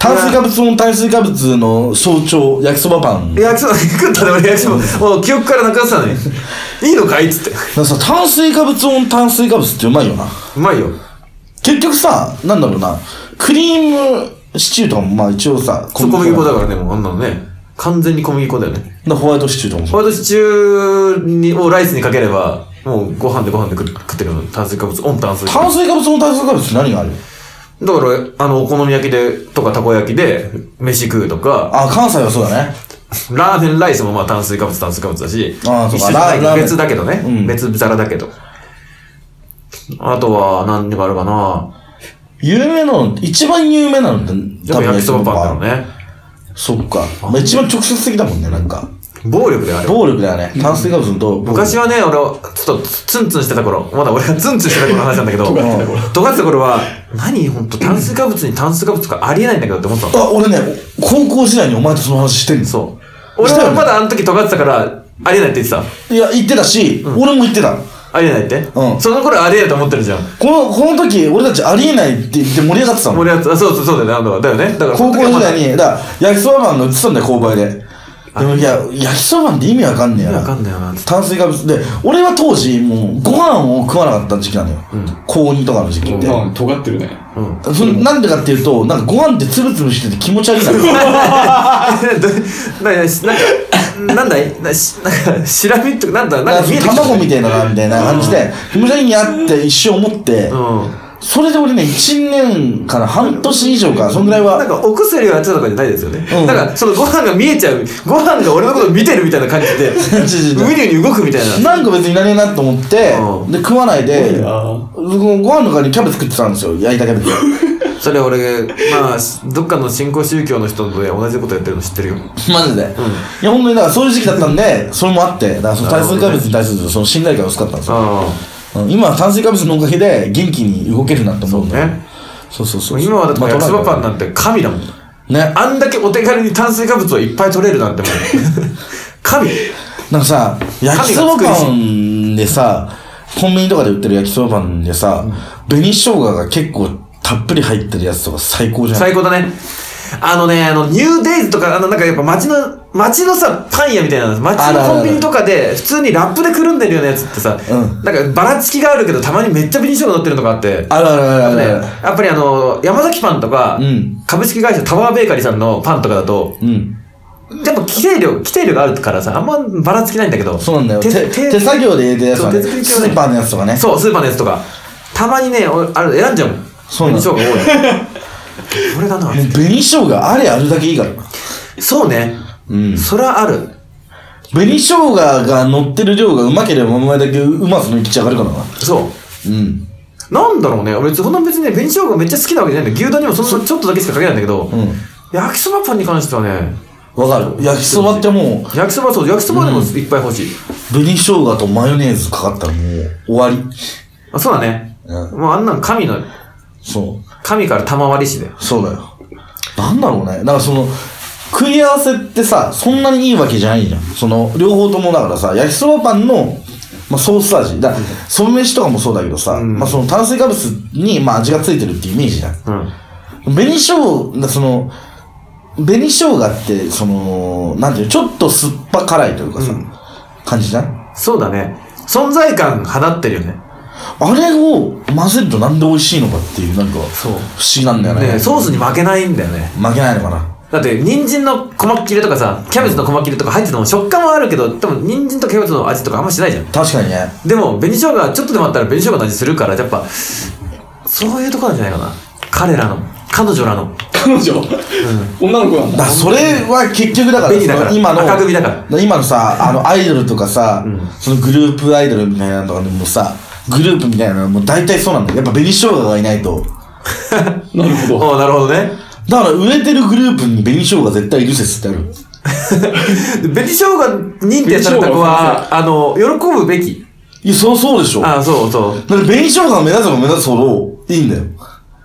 Speaker 1: 炭水化物も炭水化物の象徴焼きそばパン
Speaker 2: 焼きそば食ったね俺焼きそばもう記憶からなくなってたのにいいのかいっつって
Speaker 1: だからさ炭水化物オン炭水化物ってうまいよな
Speaker 2: うまいよ
Speaker 1: 結局さなんだろうなクリームシチューとかもまあ一応さ
Speaker 2: そう小麦粉だ
Speaker 1: か
Speaker 2: からねもうあんなのね完全に小麦粉だよね
Speaker 1: らホワイトシチューとかもそう
Speaker 2: ホワイトシチューにをライスにかければもうご飯でご飯で食食ってるの炭水化物オン炭水化
Speaker 1: 炭水化物の炭水化物って何がある
Speaker 2: 物だからあのお好み焼きでとかたこ焼きで飯食うとか
Speaker 1: あ関西はそうだね
Speaker 2: ラーメンライスもまあ炭水化物炭水化物だし
Speaker 1: あーそうか
Speaker 2: 一緒じゃない
Speaker 1: ラーメン
Speaker 2: 別だけどね、
Speaker 1: うん
Speaker 2: 別皿だけどあとは何があるかな
Speaker 1: 有名なの一番有名なのって
Speaker 2: やっぱ焼きそばパンだろうね
Speaker 1: そっか、まあ、一番直接的だもんねなんか
Speaker 2: 暴力である
Speaker 1: 暴力だよね炭水化物と
Speaker 2: 昔はね、俺、ちょっとツンツンしてた頃、まだ俺がツンツンしてた頃の話なん
Speaker 1: [laughs]
Speaker 2: だけど、尖
Speaker 1: ってた
Speaker 2: ってた頃は、何ほんと炭水化物に炭水化物がありえないんだけどって思ってたの。
Speaker 1: あ俺ね高校時代にお前とその話してんの
Speaker 2: そう。俺
Speaker 1: したよ
Speaker 2: は
Speaker 1: ね
Speaker 2: まだあの時尖ってたから、ありえないって言ってた。
Speaker 1: いや言ってたし、俺も言ってた
Speaker 2: ありえないって、
Speaker 1: うん
Speaker 2: その頃はありえないと思ってるじゃん。
Speaker 1: このこの時俺たちありえないって言って盛り上がってたもん
Speaker 2: 俺は、あそうそうそうだよね、あのだよね。だから、
Speaker 1: 高校
Speaker 2: そ
Speaker 1: 時
Speaker 2: の時はまだ
Speaker 1: 代にだから焼きそばパンが売ってたんだよ購買ででもいや焼きそばパンって意味わかんねえや
Speaker 2: 意味わかんねえよな
Speaker 1: 炭水化物で俺は当時もうご飯を食わなかった時期なのよ、高2とかの時期って、
Speaker 3: まあ尖ってるね
Speaker 2: [laughs]
Speaker 1: そのなんでかっていうとなんかご飯ってつぶつぶしてて気持ち悪いな
Speaker 2: どなななんか、なんだいなしなんか、しらみとか、なんだ、 [laughs] なんか見えてきた。
Speaker 1: 卵みたいなのがみたいな感じで気持ち悪いなって一生思って、
Speaker 2: うん。
Speaker 1: それで俺ね1年から半年以上かそんぐらい
Speaker 2: なん
Speaker 1: は
Speaker 2: かお薬をやってたとかじゃないですよね、
Speaker 1: うん
Speaker 2: だからそのご飯が見えちゃうご飯が俺のことを見てるみたいな感じで
Speaker 1: 違う違う
Speaker 2: 無理に動くみたいな
Speaker 1: なんか別に何えなと思って、
Speaker 2: うん
Speaker 1: で食わないで
Speaker 3: あ
Speaker 1: ご飯の代わりにキャベツ食ってたんですよ焼いたキャベツ
Speaker 2: それ俺まあどっかの新興宗教の人と同じことやってるの知ってるよ
Speaker 1: マジで、いや本当にだからそういう時期だったんでそれもあってだからその炭水化物に対するその信頼感が薄かったんですよ、
Speaker 2: あ
Speaker 1: うん今は炭水化物のおかげで元気に動けるなと思うんだよ
Speaker 2: ね
Speaker 1: そうそうそ
Speaker 2: あ
Speaker 1: う
Speaker 2: 今はだって
Speaker 1: まあ
Speaker 2: 焼きそばパンなんて神だもん
Speaker 1: ね
Speaker 2: あんだけお手軽に炭水化物をいっぱい取れ
Speaker 1: [laughs]
Speaker 2: るなんてもう神
Speaker 1: なんかさ焼きそばパンでさコンビニとかで売ってる焼きそばパンでさ、紅生姜が結構たっぷり入ってるやつとか最高じゃん。
Speaker 2: 最高だねあのねあのニューデイズとかあのなんかやっぱ街の街のさパン屋みたいなの街
Speaker 1: あるあるあ
Speaker 2: の
Speaker 1: る
Speaker 2: コンビニとかで普通にラップでくるんでるようなやつってさ、
Speaker 1: うん
Speaker 2: なんかばらつきがあるけどたまにめっちゃ紅生姜乗ってるのがあって
Speaker 1: あるあるあるあ
Speaker 2: ね
Speaker 1: るある。
Speaker 2: やっぱりあの山崎パンとか、
Speaker 1: うん
Speaker 2: 株式会社タワーベーカリーさんのパンとかだと
Speaker 1: うん。
Speaker 2: やっぱ規定量規定量があるからさあんまばらつきないんだけど
Speaker 1: そうなんだよ。
Speaker 2: 手
Speaker 1: 手
Speaker 2: 手
Speaker 1: 手作業で入れてるやつはね、
Speaker 2: そう手作り
Speaker 1: ス
Speaker 2: 系はね
Speaker 1: ーパーのやつとかね。
Speaker 2: そうスーパーのやつとかたまにね俺あれ選んじゃうもん
Speaker 1: そうなの
Speaker 2: 紅生姜多
Speaker 1: [laughs]
Speaker 2: いこれだな
Speaker 1: もう紅生姜あれあるだけいいからな。
Speaker 2: そうね。
Speaker 1: うん
Speaker 2: それはある。
Speaker 1: 紅生姜が乗ってる量がうまければうまいだけうまさの一上がるからな。
Speaker 2: そ
Speaker 1: うん。
Speaker 2: う。なんだろうね。俺、そんな別にね、紅生姜めっちゃ好きなわけじゃないんだよ牛丼にもそんなちょっとだけしかかけないんだけど、
Speaker 1: ん
Speaker 2: 焼きそばパンに関してはね、
Speaker 1: わかる。焼きそばってもう、
Speaker 2: 焼きそばそう、焼きそばでもいっぱい欲しい。
Speaker 1: 紅生姜とマヨネーズかかったらもう終わり。
Speaker 2: あそうだね。
Speaker 1: う
Speaker 2: もうあんなの神の、
Speaker 1: そう。
Speaker 2: 神から賜りしだよ。
Speaker 1: そうだよ。なんだろうね。だからその、食い合わせってさ、そんなにいいわけじゃないじゃん。その、両方ともだからさ、焼きそばパンの、まあ、ソース味。だから、そめ飯とかもそうだけどさ、まあ、その炭水化物に、まあ、味がついてるってイメージじゃん。
Speaker 2: うん。
Speaker 1: 紅生姜、その、紅生姜って、その、なんていうのちょっと酸っぱ辛いというかさ、感じじゃん
Speaker 2: そうだね。存在感放ってるよね。
Speaker 1: あれを混ぜるとなんで美味しいのかっていう、なんか、
Speaker 2: そう
Speaker 1: 不思議なんだよね。
Speaker 2: ねソースに負けないんだよね。
Speaker 1: 負けないのかな。
Speaker 2: だって人参の細切れとかさキャベツの細切れとか入ってても食感はあるけど多分人参とキャベツの味とかあんましないじゃん
Speaker 1: 確かにね。
Speaker 2: でも紅生姜ちょっとでもあったら紅生姜の味するからやっぱそういうとこなんじゃないかな彼らの彼女らの
Speaker 3: 彼女、女の子なん
Speaker 1: だ
Speaker 3: だ
Speaker 1: からそれは結局だから
Speaker 2: 紅だから
Speaker 1: その今の
Speaker 2: 紅組だから
Speaker 1: 今のさあのアイドルとかさ、そのグループアイドルみたいなのとかでもさグループみたいなのも大体そうなんだよやっぱ紅生姜がいないと
Speaker 3: なるほど
Speaker 2: おうなるほどね
Speaker 1: だから売れてるグループに紅生姜絶対いる説ってある
Speaker 2: で紅生姜認定された子はあの喜ぶべき
Speaker 1: いやそうそうでしょだか
Speaker 2: ああそうそう
Speaker 1: ら紅生姜が目立つも目立つほどいいんだよ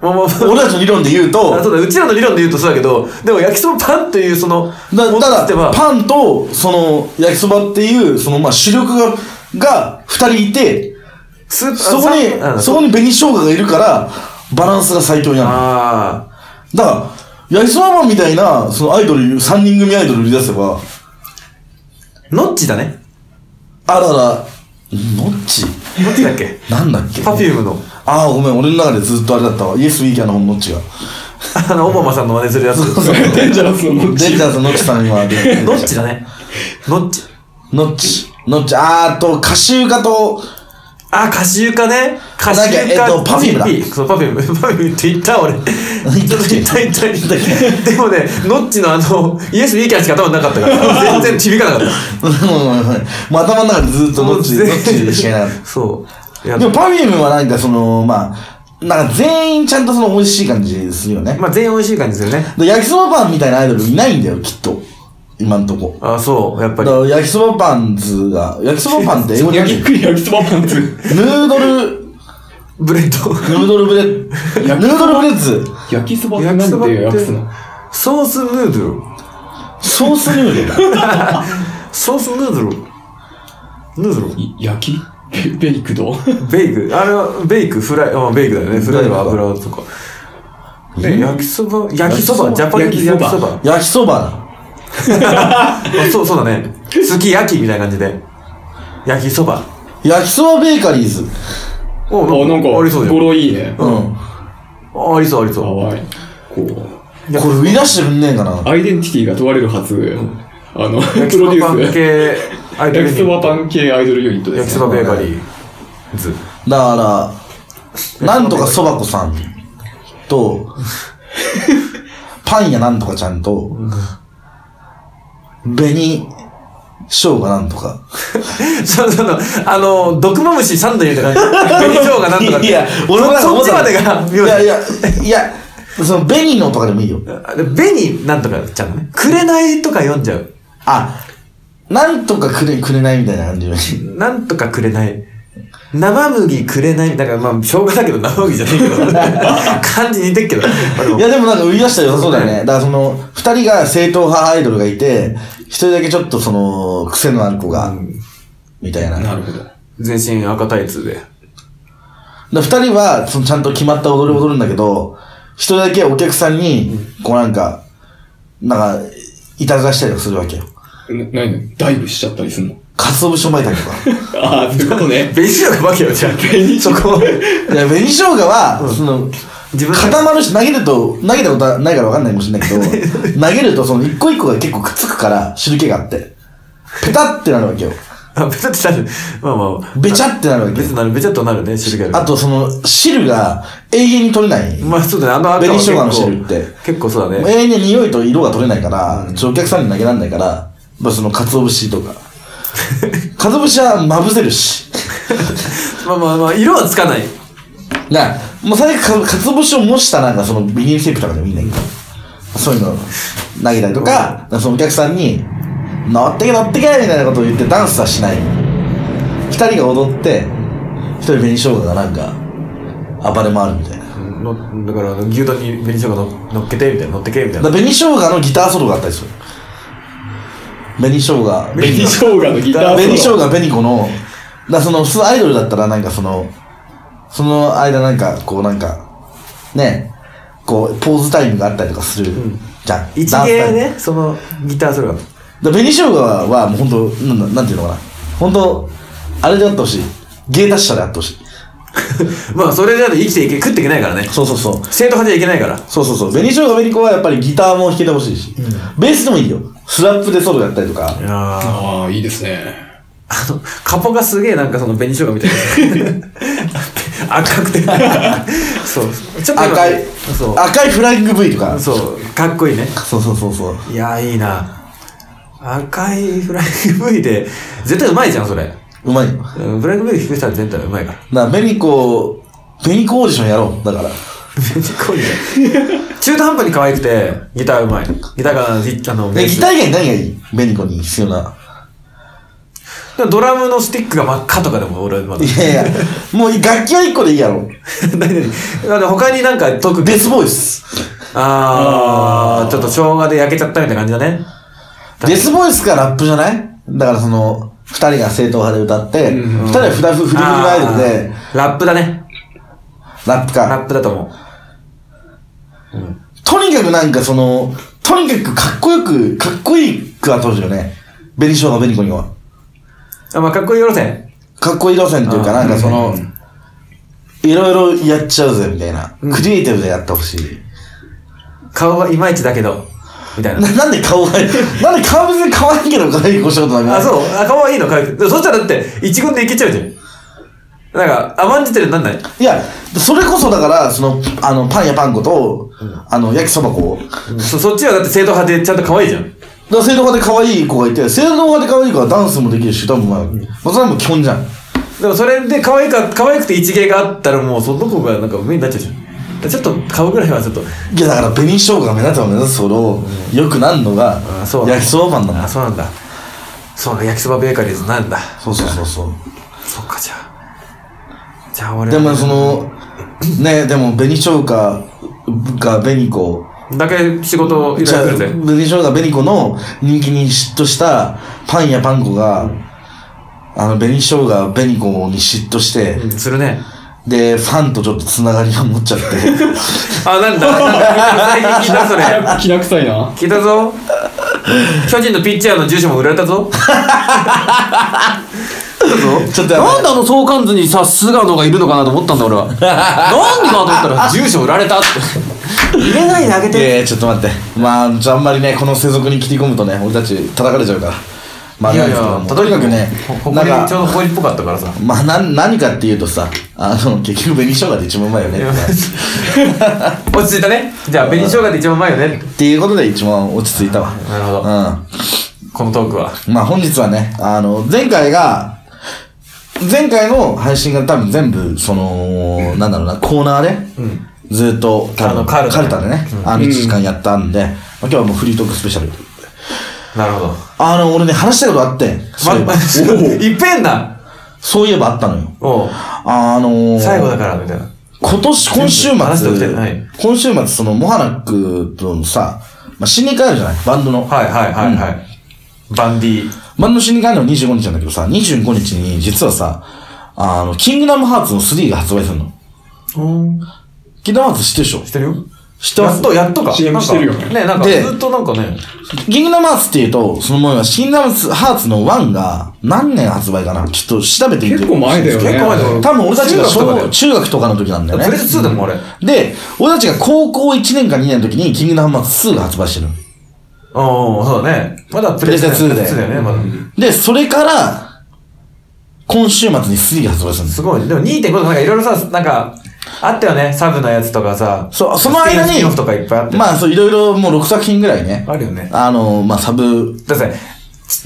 Speaker 2: まあまあまあ
Speaker 1: 俺たちの理論で言うと
Speaker 2: あそうだうちらの理論で言うとそうだけどでも焼きそばパンっていうその
Speaker 1: だ
Speaker 2: 持
Speaker 1: だ
Speaker 2: って
Speaker 1: から
Speaker 2: は
Speaker 1: パンとその焼きそばっていうそのまあ主力がが2人いて
Speaker 2: スープ
Speaker 1: そこ
Speaker 2: あ
Speaker 1: に
Speaker 2: さ
Speaker 1: そこに紅生姜がいるからバランスが最強になる
Speaker 2: ああ
Speaker 1: だから、ヤギソワマンみたいな、そのアイドル、3人組アイドル売り出せば、
Speaker 2: ノッチだね
Speaker 1: あらら、ノッチ
Speaker 2: ノッチだっけ
Speaker 1: [laughs] なんだっけ
Speaker 2: パフュームの
Speaker 1: ああ、ごめん、俺の中でずっとあれだったわ。イエス・ウィーキャンのノッチが。
Speaker 2: あの、オバマさんの真似するやつ。
Speaker 3: デンジャラスのノッ
Speaker 1: デン
Speaker 3: チ
Speaker 1: ジャーズノッチさん今、で
Speaker 2: ノッチだね。ノッチ。
Speaker 1: ノッチ。ノッチ。あーあと、カシウカと、
Speaker 2: あ、カシユカね。カシ
Speaker 1: なん
Speaker 2: ユ
Speaker 1: か
Speaker 2: カ。
Speaker 1: えっと Perfume だ
Speaker 2: そう、パフューム。 [laughs] パフュームって言った俺。
Speaker 1: たっけ
Speaker 2: 言った言った言った。でもね、ノッチのあの、イエス・ウィーキャンしか頭になかったから、全然響かなかっ。
Speaker 1: まあ頭の中でずったとノッチ、ノ
Speaker 2: もう
Speaker 1: ッチしかいなかっ
Speaker 2: そう。
Speaker 1: た。
Speaker 2: いや
Speaker 1: でも、パフュームはなんかその、まあ、なんか全員ちゃんとその美味しい感じするよね。
Speaker 2: まあ、全員美味しい感じですよね。
Speaker 1: で焼きそばパンみたいなアイドルいないんだよ、きっと。今んとこ。
Speaker 2: あ、そう、やっぱり
Speaker 1: だ。から焼きそばパンツが、焼きそばパンって英語で
Speaker 3: 焼
Speaker 1: 何
Speaker 3: き栗焼きそばパンツ
Speaker 1: ヌードル、
Speaker 2: ブレッド。
Speaker 1: ヌードルブレッ、ヌードルブレッツ、
Speaker 3: 焼きそばって何ていうやつなの
Speaker 2: ソースヌードル。
Speaker 1: ソースヌードル。
Speaker 2: ソースヌードル。ヌードル。
Speaker 3: い焼きベベイクド
Speaker 2: ベイクあれはベイクフライあベイクだよねフライは油とか、ね、焼きそば焼きそば
Speaker 3: 焼きそば
Speaker 2: ジャパニーズ焼
Speaker 3: 焼
Speaker 2: き
Speaker 3: き
Speaker 2: そ
Speaker 3: そば
Speaker 2: ば
Speaker 1: 焼きそば
Speaker 2: あそうそうだねすき焼きみたいな感じで焼きそば
Speaker 1: だ。焼きそばベーカリーズ。
Speaker 2: お
Speaker 3: あなんか
Speaker 2: ありそうじゃ
Speaker 3: 語
Speaker 2: ん
Speaker 3: 呂いいね
Speaker 1: うん。
Speaker 2: あありそうあり
Speaker 3: か
Speaker 2: そ
Speaker 3: わいいこう
Speaker 1: これ売り出してくんねえかな。
Speaker 3: アイデンティティが問われるはず、あの
Speaker 2: う焼き
Speaker 3: プ
Speaker 2: そ
Speaker 3: ロ
Speaker 2: ば
Speaker 3: デュ
Speaker 2: パン
Speaker 3: ース
Speaker 2: 系アイドル
Speaker 3: 焼
Speaker 2: ユニ
Speaker 3: きそば
Speaker 2: ット
Speaker 3: パン系アイドルユニットで
Speaker 2: 焼き
Speaker 3: す
Speaker 2: そば
Speaker 3: ね
Speaker 2: ベーカリーズ [laughs]
Speaker 1: だから、なんとかそばこさんと、パン屋なんとかちゃんと、紅、生姜なんとか。
Speaker 2: そうそうそうあの毒まむしサンド入れた感じ紅生姜なんとかって
Speaker 1: いや、俺もなんか
Speaker 2: そ
Speaker 1: 思
Speaker 2: っち
Speaker 1: た
Speaker 2: までが
Speaker 1: い
Speaker 2: 妙
Speaker 1: やい
Speaker 2: に
Speaker 1: や、いや、その、紅のとかでもいいよ。
Speaker 2: あで紅なんとかちゃんね紅とか読んじゃう
Speaker 1: あ、なんとかくれ、くれないみたいな感 [laughs] じ。
Speaker 2: なんとかくれない。生麦くれない。だからまあ、生姜だけど生麦じゃないけど。感じ似てっけど。まあでも
Speaker 1: いや、でもなんか売り出したら良さそうだよね。だからその、二人が正統派アイドルがいて、一人だけちょっとその、癖のある子が、みたいな。
Speaker 3: なるほど
Speaker 2: 全身赤タイツで。
Speaker 1: だから二人は、そのちゃんと決まった踊りを踊るんだけど、一人だけお客さんに、こうなんか、なんか、いたずらしたりとかするわけよ。
Speaker 3: な何ダイブしちゃったりすんの
Speaker 1: かつお節を巻いたりとか。
Speaker 3: ああ、そういうこ
Speaker 2: [laughs]
Speaker 3: とね。
Speaker 2: ベニシロがわけよ、じゃあ。そこまで。
Speaker 1: いや、紅生姜は、その、
Speaker 2: 自分で
Speaker 1: 固まるし、投げると、投げたことはないから分かんないかもしれないけ
Speaker 2: [laughs]
Speaker 1: ど、投げると、その、一個一個が結構くっつくから、汁気があって。ペタってなるわけよ。
Speaker 2: [laughs] あ、べちゃってなる。まあまあまあ。
Speaker 1: べちゃってなるわけ
Speaker 2: べちゃなる、べちゃっとなるね、汁気ある。
Speaker 1: あと、その、汁が永遠に取れない。
Speaker 2: まあそうだね、あの赤
Speaker 1: 紅生姜の
Speaker 2: 結構
Speaker 1: 汁って。
Speaker 2: 結構そうだ
Speaker 1: 永
Speaker 2: ね。
Speaker 1: 遠に匂いと色が取れないから、ちょお客さんに投げられないから、まあ、その、鰹節とか。鰹節はまぶせるし。
Speaker 2: まあまあまあ、色はつかない。
Speaker 1: な、もう最悪、かつぼしを模したなんかそのビニールテープとかでもいいんだけど、そういうの投げたりとか、そのお客さんに、乗ってけ乗ってけみたいなことを言ってダンスはしない。二人が踊って、一人紅生姜がなんか、暴れ回るみたいな。だか
Speaker 2: のだから、牛丼に紅生姜の乗っけて、みたいな、乗ってけ、みたいな
Speaker 1: ら。紅生姜のギターソロがあったりする。紅生姜、
Speaker 3: 紅生姜のギターソロ
Speaker 1: 紅生姜、紅子の、だからその、普通アイドルだったらなんかその、その間なんか、こうなんか、ね、こう、ポーズタイムがあったりとかする、じゃん。
Speaker 2: 一
Speaker 1: ダンス
Speaker 2: 芸
Speaker 1: タイム。
Speaker 2: ね、そのギターソロが。
Speaker 1: だから紅生姜はもうほんと、なんだなんていうのかな。ほんと、あれであってほしい。芸達者であってほしい。
Speaker 2: まあ、それだと生きていけ、食っていけないからね。
Speaker 1: そうそうそう。
Speaker 2: 生徒派じゃいけないから。
Speaker 1: そうそうそう。紅生姜、紅子はやっぱりギターも弾けてほしいし、ベースでもいいよ。スラップでソロやったりとか。
Speaker 2: あ
Speaker 3: ああ、いいですね。
Speaker 2: の、カポがすげえなんかその紅生姜みたい
Speaker 1: [laughs]
Speaker 2: な。赤くて。そう。ちょっと今
Speaker 1: 赤い、
Speaker 2: そう。
Speaker 1: 赤いフライング V とか。
Speaker 2: そう、かっこいいね。
Speaker 1: そうそうそうそう。
Speaker 2: いやー、いいな。赤いフライング V で、絶対うまいじゃん、それ。
Speaker 1: うまいよ。
Speaker 2: うんフライング V 弾く人は絶対うまいから。
Speaker 1: な、ベニコ、ベニコオーディションやろう。だから。
Speaker 2: めっちゃ濃いね。
Speaker 1: [laughs]
Speaker 2: 中途半端に可愛くて、ギターうまい。ギターが、ギあの、
Speaker 1: え、ギター
Speaker 2: ー
Speaker 1: 以外何がいいベニコに必要な。
Speaker 2: ドラムのスティックが真っ赤とかでも俺はまだ
Speaker 1: い。やいや、もう楽器は一個でいいやろ。
Speaker 2: 何々なんで他になんか特技
Speaker 1: デスボイス。
Speaker 2: あー、ちょっと生姜で焼けちゃったみたいな感じだね。
Speaker 1: デスボイスかラップじゃないだからその、二人が正統派で歌って、二、人はフラフ、フリフリのアイドルで、
Speaker 2: あーラップだね。
Speaker 1: ラップか。
Speaker 2: ラップだと思う。
Speaker 1: とにかくなんかその、とにかくかっこよく、かっこいいくは当時よね。ベニショウがベニコには。
Speaker 2: あ、まあ、かっこいい路線。
Speaker 1: かっこいい路線というか、なんかその、いろいろやっちゃうぜ、みたいな。クリエイティブでやってほしい。
Speaker 2: 顔はいまいちだけど、みたいな。
Speaker 1: な [laughs] なんで顔
Speaker 2: [laughs]
Speaker 1: が、なんで顔別に可愛いけど可愛い子したことなくない
Speaker 2: あ、そう。あ、可愛いの可愛くて。そしたらだって、一軍でいけちゃうじゃん。なんか、甘んじてるなんない。
Speaker 1: いや、それこそだから、その、あの、パンやパン粉と、あの、焼きそば粉。
Speaker 2: そそっちはだって正統派でちゃんと可愛いじゃん。
Speaker 1: だから、正統派で可愛い子がいて、正統派で可愛い子はダンスもできるし、多分まあ、まあ、それはもう基本じゃん。
Speaker 2: でもそれで可愛いか、可愛くて一芸があったらもうその子がなんか上になっちゃうじゃん。だからちょっと顔ぐらいはちょっと、
Speaker 1: いや、だから、紅生姜が目立つを目指すほど、良くなるのが
Speaker 2: あ、そう
Speaker 1: 焼きそばパンなん
Speaker 2: あ、
Speaker 1: だ。
Speaker 2: そうなんだ。そうなんだ、焼きそばベーカリーズなんだ。
Speaker 1: そうそうそうそう。
Speaker 2: そっか、じゃあ。じゃあ俺
Speaker 1: で
Speaker 2: は
Speaker 1: も、その、ね、でも、紅生姜が紅子、
Speaker 2: だけ仕事依
Speaker 1: じゃ
Speaker 2: 頼
Speaker 1: あ、
Speaker 2: するぜ。
Speaker 1: 紅生姜、紅子の人気に嫉妬したパンやパン粉が、あの、紅生姜、紅子に嫉妬して、
Speaker 2: うんするね。
Speaker 1: で、ファンとちょっとつながりを持っちゃって、
Speaker 2: あ、なんだ。なんだ最近聞いたそれ。
Speaker 3: きな臭いな。
Speaker 2: 聞いたぞ。巨人のピッチャーの住所も売られたぞ。
Speaker 1: [laughs] ちょっとやばい
Speaker 5: なんであの相関図にさ、菅野がいるのかなと思ったんだ俺は。なんでかと思ったら、住所売られたって。
Speaker 2: 入れないであげ
Speaker 1: いやいや、ちょっと待って。まあ、じゃああんまりね、この世俗に切り込むとね、俺たち叩かれちゃうから。まあ、
Speaker 2: いやい
Speaker 1: な
Speaker 2: や
Speaker 1: ん、ですけどもとにかくね
Speaker 2: ほ、ほこり
Speaker 1: なん
Speaker 2: ちょう
Speaker 1: か、
Speaker 2: どほこりっぽかったからさ。
Speaker 1: まあ、なん何かっていうとさ、あの、結局紅生姜で一番うまいよね。
Speaker 2: [laughs] 落ち着いたね。じゃあ、紅生姜で一番うまいよね。
Speaker 1: っていうことで一番落ち着いたわ。
Speaker 2: なるほ
Speaker 1: う
Speaker 2: ど。
Speaker 1: ん。
Speaker 2: このトークは。
Speaker 1: まあ本日はね、あの、前回が、前回の配信が多分全部、その、なんだろうな、コーナーで、ずっと、多
Speaker 2: あの
Speaker 1: 分
Speaker 2: カルタ
Speaker 1: カルタでね、あの、1時間やったんで、まあ今日はもうフリートークスペシャル。
Speaker 2: なるほど。
Speaker 1: あの、俺ね、話したいことあって、そういえば、
Speaker 2: [laughs] いっぺんな。
Speaker 1: [laughs] そういえばあったのよ。
Speaker 2: おう
Speaker 1: あの、
Speaker 2: 最後だから、みたいな。
Speaker 1: 今年、今週末
Speaker 2: 話しておきたいはい、
Speaker 1: 今週末、その、モハナックとのさ、まあ、新年会あるじゃないバンドの。
Speaker 2: はいはいはいはい。バンディ。
Speaker 1: 万能死に帰るの25日なんだけどさ、25日に実はさ、あの、キングダムハーツの3が発売するの。キングダムハーツ知ってるでしょ
Speaker 2: 知ってるよ
Speaker 1: 知ってま
Speaker 2: やっ
Speaker 1: す
Speaker 2: と、やっとか。
Speaker 3: CM
Speaker 2: なんか
Speaker 3: してるよね
Speaker 2: ね、なんか
Speaker 1: で
Speaker 2: ずっとなんかね、
Speaker 1: キングダムハーツっていうと、そのものは、キングダムハーツの1が何年発売かなちょっと調べてみて。
Speaker 3: 結構前だよね。
Speaker 2: 結構前だよ
Speaker 1: 多分俺たちが
Speaker 2: 中学とかだ
Speaker 1: 小
Speaker 2: よ
Speaker 1: 中学とかの時なんだよね。
Speaker 2: プレス2でもあれ。
Speaker 1: で、俺たちが高校1年か2年の時に、キングダムハーツ2が発売してるの。
Speaker 2: うん、そうだね。まだプレス
Speaker 1: プレス2で
Speaker 2: プレス2だよね、まだ。
Speaker 1: で、それから、今週末に3が発売するんです
Speaker 2: すごいね。でも2.5とかなんかいろいろさ、なんか、あったよね。サブのやつとかさ。
Speaker 1: そうその間に
Speaker 2: スピンオフとかいっぱいあって。
Speaker 1: まあ、そう、いろいろもう6作品ぐらいね。
Speaker 2: あるよね。
Speaker 1: あの、まあ、サブ、
Speaker 2: だってさ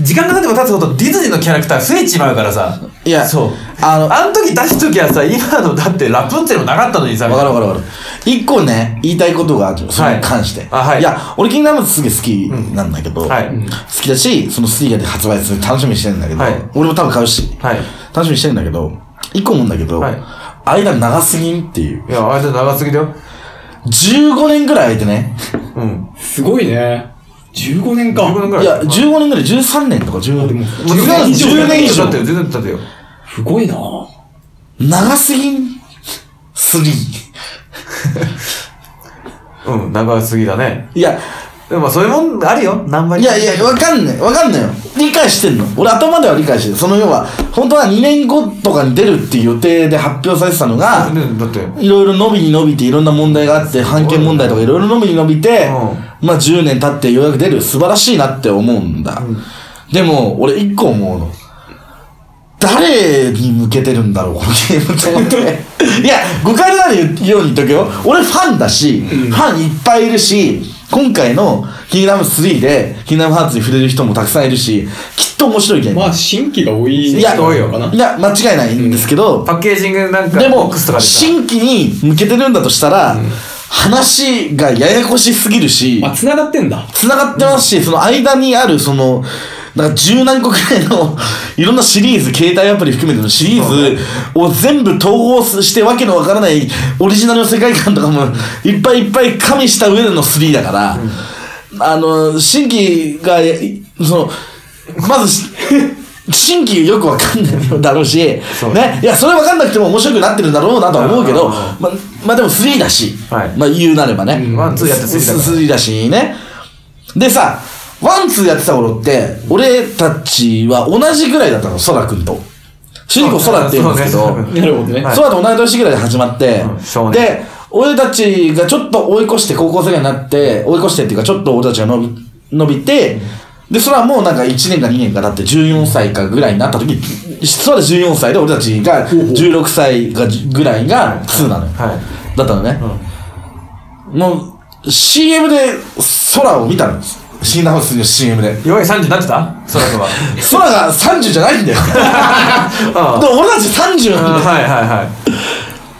Speaker 2: 時間が経てば経つほどディズニーのキャラクター増えちまうからさ。
Speaker 1: いや
Speaker 2: そう。
Speaker 1: あ
Speaker 2: あ
Speaker 1: の
Speaker 2: の、あの時出す時はさ、今のだってラプンツェルもなかったのにさ。
Speaker 1: わかるわかるわかる。一個ね、言いたいことがある。それに関して。
Speaker 2: はいあはい
Speaker 1: や、俺キングダムハーツすげえ好きなんだけど、
Speaker 2: はい
Speaker 1: 好きだし、その3が発売する楽しみにしてるんだけど、
Speaker 2: はい
Speaker 1: 俺も多分買うし、
Speaker 2: はい
Speaker 1: 楽しみにしてるんだけど、一個思うんだけど、
Speaker 2: はい
Speaker 1: 間長すぎんっていう。
Speaker 2: いや、あれじゃ長すぎだよ。
Speaker 1: 15年ぐらい空いてね。
Speaker 2: うん。
Speaker 3: すごいね。15年か。
Speaker 2: 15年ぐら
Speaker 1: いや、15年ぐらい、13年とか15
Speaker 3: でも
Speaker 1: 年。
Speaker 3: 10年以上
Speaker 1: 10年以
Speaker 2: だ
Speaker 1: 上
Speaker 2: っ。てよ、全然だってよ。
Speaker 3: すごいな。
Speaker 1: 長すぎん ?3。
Speaker 2: うん、長すぎだね。
Speaker 1: いや、
Speaker 2: でもまあそういうもんあるよ。何倍
Speaker 1: いやいや、わかんない。わかんないよ。理解してんの。俺頭では理解してる。その要は、本当は2年後とかに出るっていう予定で発表されてたのが、
Speaker 2: ねだって。
Speaker 1: いろいろ伸びに伸びて、いろんな問題があって、判決問題とかいろいろ伸びに伸びて、まあ10年経ってようやく出る。素晴らしいなって思うんだ。でも、俺一個思うの。誰に向けてるんだろう、このゲームと [laughs] 思って。いや、誤解のないように言っとくよ。俺ファンだし、ファンいっぱいいるし、今回のキングダム3で、キングダムハーツに触れる人もたくさんいるし、きっと面白いゲーム。
Speaker 3: まあ、新規が多い。
Speaker 1: いや、。
Speaker 2: 多いよ
Speaker 3: かない
Speaker 1: や、間違いないんですけど、
Speaker 2: パッケージングなんか、
Speaker 1: で
Speaker 2: ボッ
Speaker 1: も
Speaker 2: クスとか、でさ
Speaker 1: 新規に向けてるんだとしたら、話がややこしすぎるし、
Speaker 3: あ、繋がってんだ。
Speaker 1: 繋がってますし、その間にある、その、なんか十何個くらいの、いろんなシリーズ、携帯アプリ含めてのシリーズを全部統合してわけのわからないオリジナルの世界観とかもいっぱいいっぱい加味した上での3だから、あの、新規が、いその、まずし、新規よくわかんないだろうし、ね、いや、それわかんなくても面白くなってるんだろうなとは思うけど、ま、まあでも3だし、
Speaker 2: はい
Speaker 1: まあ言うなればね。
Speaker 2: ワンツーやって3だから
Speaker 1: 3だしね。でさ、ワンツーやってた頃って、俺たちは同じぐらいだったの、ソラ君と。主人公ソラって言うんですけ
Speaker 2: そ
Speaker 1: ど
Speaker 2: う、ね
Speaker 3: なるほどね。
Speaker 2: はい
Speaker 1: ソラと同い年ぐらいで始まって、
Speaker 2: うん少年
Speaker 1: で、俺たちがちょっと追い越して高校生ぐらいになって、追い越してっていうかちょっと俺たちが伸び、伸びて、で、それはもうなんか1年か2年か経って14歳かぐらいになった時に、それは14歳で俺たちが16歳がぐらいが2なのよ。
Speaker 2: は
Speaker 1: だったのね。もう、CM で空を見たのです。シンダハウスの CM で。
Speaker 2: い。弱い30になってたそらくんは。
Speaker 1: 空が30じゃない
Speaker 2: [laughs]
Speaker 1: んだよ。 [laughs]
Speaker 2: ああ
Speaker 1: でも俺たち30
Speaker 2: うん
Speaker 1: なんだよ。
Speaker 2: はいはいはい。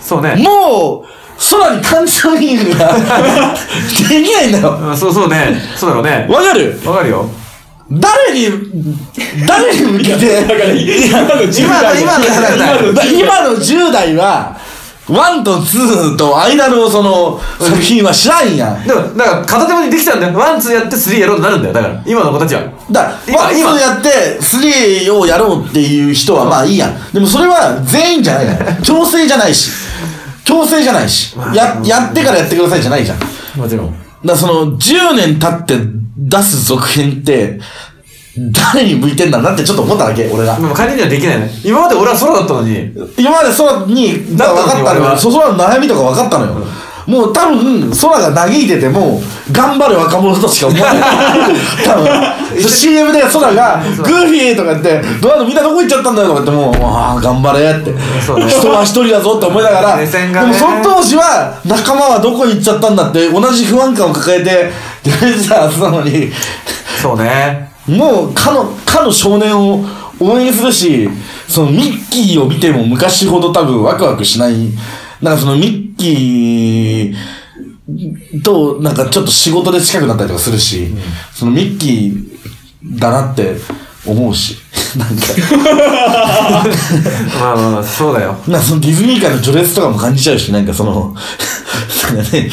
Speaker 2: そうね。
Speaker 1: もう、空に感情移入ができないんだよ。わ
Speaker 2: うんそうそうね。そうだろうね。
Speaker 1: かる
Speaker 2: わかるよ。
Speaker 1: 誰に、誰に向けて、
Speaker 3: だから、今の10
Speaker 2: 今の
Speaker 3: 代
Speaker 2: 今の話だよ
Speaker 1: だ今の10代は、1と2と間のその作品は知らんやん。
Speaker 2: でも、だから片手間にできちゃうんだよ。ワン、ツーやって、スリーやろうとなるんだよ。だから、今の子たちは。
Speaker 1: だ
Speaker 2: 今
Speaker 1: ワンツ
Speaker 2: 今
Speaker 1: ーやって3をやろうっていう人はまあいいやんでもそれは全員じゃないのよ強制じゃないし強制じゃないしややってからやってくださいじゃないじゃんだか
Speaker 2: もちろん。
Speaker 1: らその10年経って出す続編って誰に向いてんだなってちょっと思っただけ俺が
Speaker 2: でも仮にはできないね。今まで俺は空だったのに。
Speaker 1: 今まで空に
Speaker 2: だ
Speaker 1: が
Speaker 2: った
Speaker 1: 分か
Speaker 2: のに
Speaker 1: ったの
Speaker 2: 俺
Speaker 1: よ
Speaker 2: は
Speaker 1: そ空の悩みとか分かったのよもう多分空が嘆いてても頑張る若者としか思
Speaker 2: [laughs]
Speaker 1: わない多分 CM で空が「グーフィー」とか言って「ドアのみんなどこ行っちゃったんだよ」とか言ってもう「ああ頑張れ」って
Speaker 2: そうね
Speaker 1: 人は一人だぞって思いながら
Speaker 2: 目線が
Speaker 1: で
Speaker 2: ね
Speaker 1: もその当時は仲間はどこ行っちゃったんだって同じ不安感を抱えてやれてたはずなのに
Speaker 2: そうね。
Speaker 1: もう、かの、かの少年を応援するし、そのミッキーを見ても昔ほど多分ワクワクしない。なんかそのミッキーと、なんかちょっと仕事で近くなったりとかするし、そのミッキーだなって思うし。
Speaker 2: まあまあまあ、そうだよ。
Speaker 1: なんかそのディズニー界の序列とかも感じちゃうし、なんかその、なんか [laughs] ね、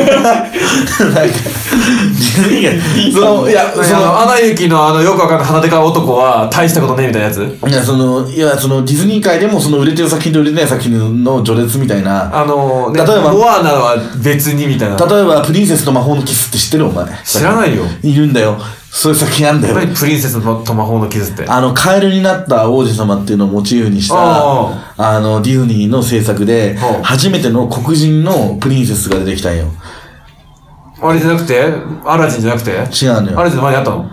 Speaker 1: なんか、ディズニー界、その、いや、そ
Speaker 2: その、
Speaker 1: の、
Speaker 2: アナ雪のあの、よくわかんない鼻でかい男は、大したことねえみたいなやつ
Speaker 1: いや、その、いや、その、ディズニー界でも、その、売れてる作品と売れてない作品の序列みたいな、
Speaker 2: あの、
Speaker 1: 例
Speaker 2: ね、
Speaker 1: えば
Speaker 2: モアナは別にみたいな。
Speaker 1: 例えば、プリンセスと魔法のキスって知ってるお前。
Speaker 2: 知らないよ。
Speaker 1: いるんだよ。そういう作品なんだ
Speaker 2: やっぱ
Speaker 1: よ。
Speaker 2: りプリンセスのと魔法の傷って。
Speaker 1: あの、カエルになった王子様っていうのをモチーフにした、
Speaker 2: あ
Speaker 1: あの、ディズニーの制作で
Speaker 2: は、あ
Speaker 1: 初めての黒人のプリンセスが出てきたんよ。
Speaker 2: あれじゃなくてアラジンじゃなくて
Speaker 1: 違うのよ
Speaker 2: アラジンの前にあったの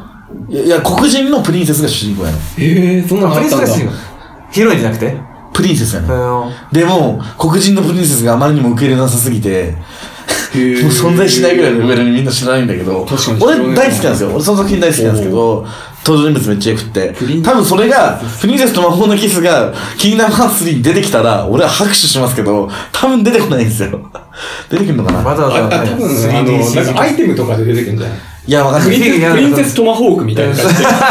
Speaker 1: いやいや、黒人のプリンセスが主人公やの。
Speaker 3: ええー、そんなの
Speaker 2: プ
Speaker 3: あ
Speaker 2: リ
Speaker 3: っ
Speaker 2: ンセ
Speaker 3: た
Speaker 2: ス
Speaker 3: ん
Speaker 2: で
Speaker 3: だ
Speaker 2: すよ。ヒロインじゃなくて
Speaker 1: プリンセスや
Speaker 2: あ
Speaker 1: の。
Speaker 2: の
Speaker 1: でも、黒人のプリンセスがあまりにも受け入れなさすぎて、もう存在しないぐらいのレベルにみんな知らないんだけど
Speaker 3: 確かに、
Speaker 1: 俺大好きなんですよ。俺その作品大好きなんですけど、登場人物めっちゃ良くって。多分それが、プリンセスと魔法のキスが、キングダムハーツ3に出てきたら、俺は拍手しますけど、多分出てこないんですよ。出てくるのかな
Speaker 2: わざ
Speaker 3: あ
Speaker 2: わ
Speaker 3: あ、
Speaker 2: ざ
Speaker 3: 多
Speaker 2: ね
Speaker 3: 分、あ
Speaker 2: 3D
Speaker 3: の、なんかア
Speaker 2: CG
Speaker 3: イテムとかで出てくるんじゃない
Speaker 1: いや、わかん
Speaker 2: プ
Speaker 1: な
Speaker 3: プ
Speaker 1: い。
Speaker 2: リ
Speaker 3: リ
Speaker 2: ン
Speaker 3: ン
Speaker 2: セ
Speaker 3: セ
Speaker 2: ス
Speaker 3: ス、プリンセストマホークみたいな感じで。
Speaker 1: いや、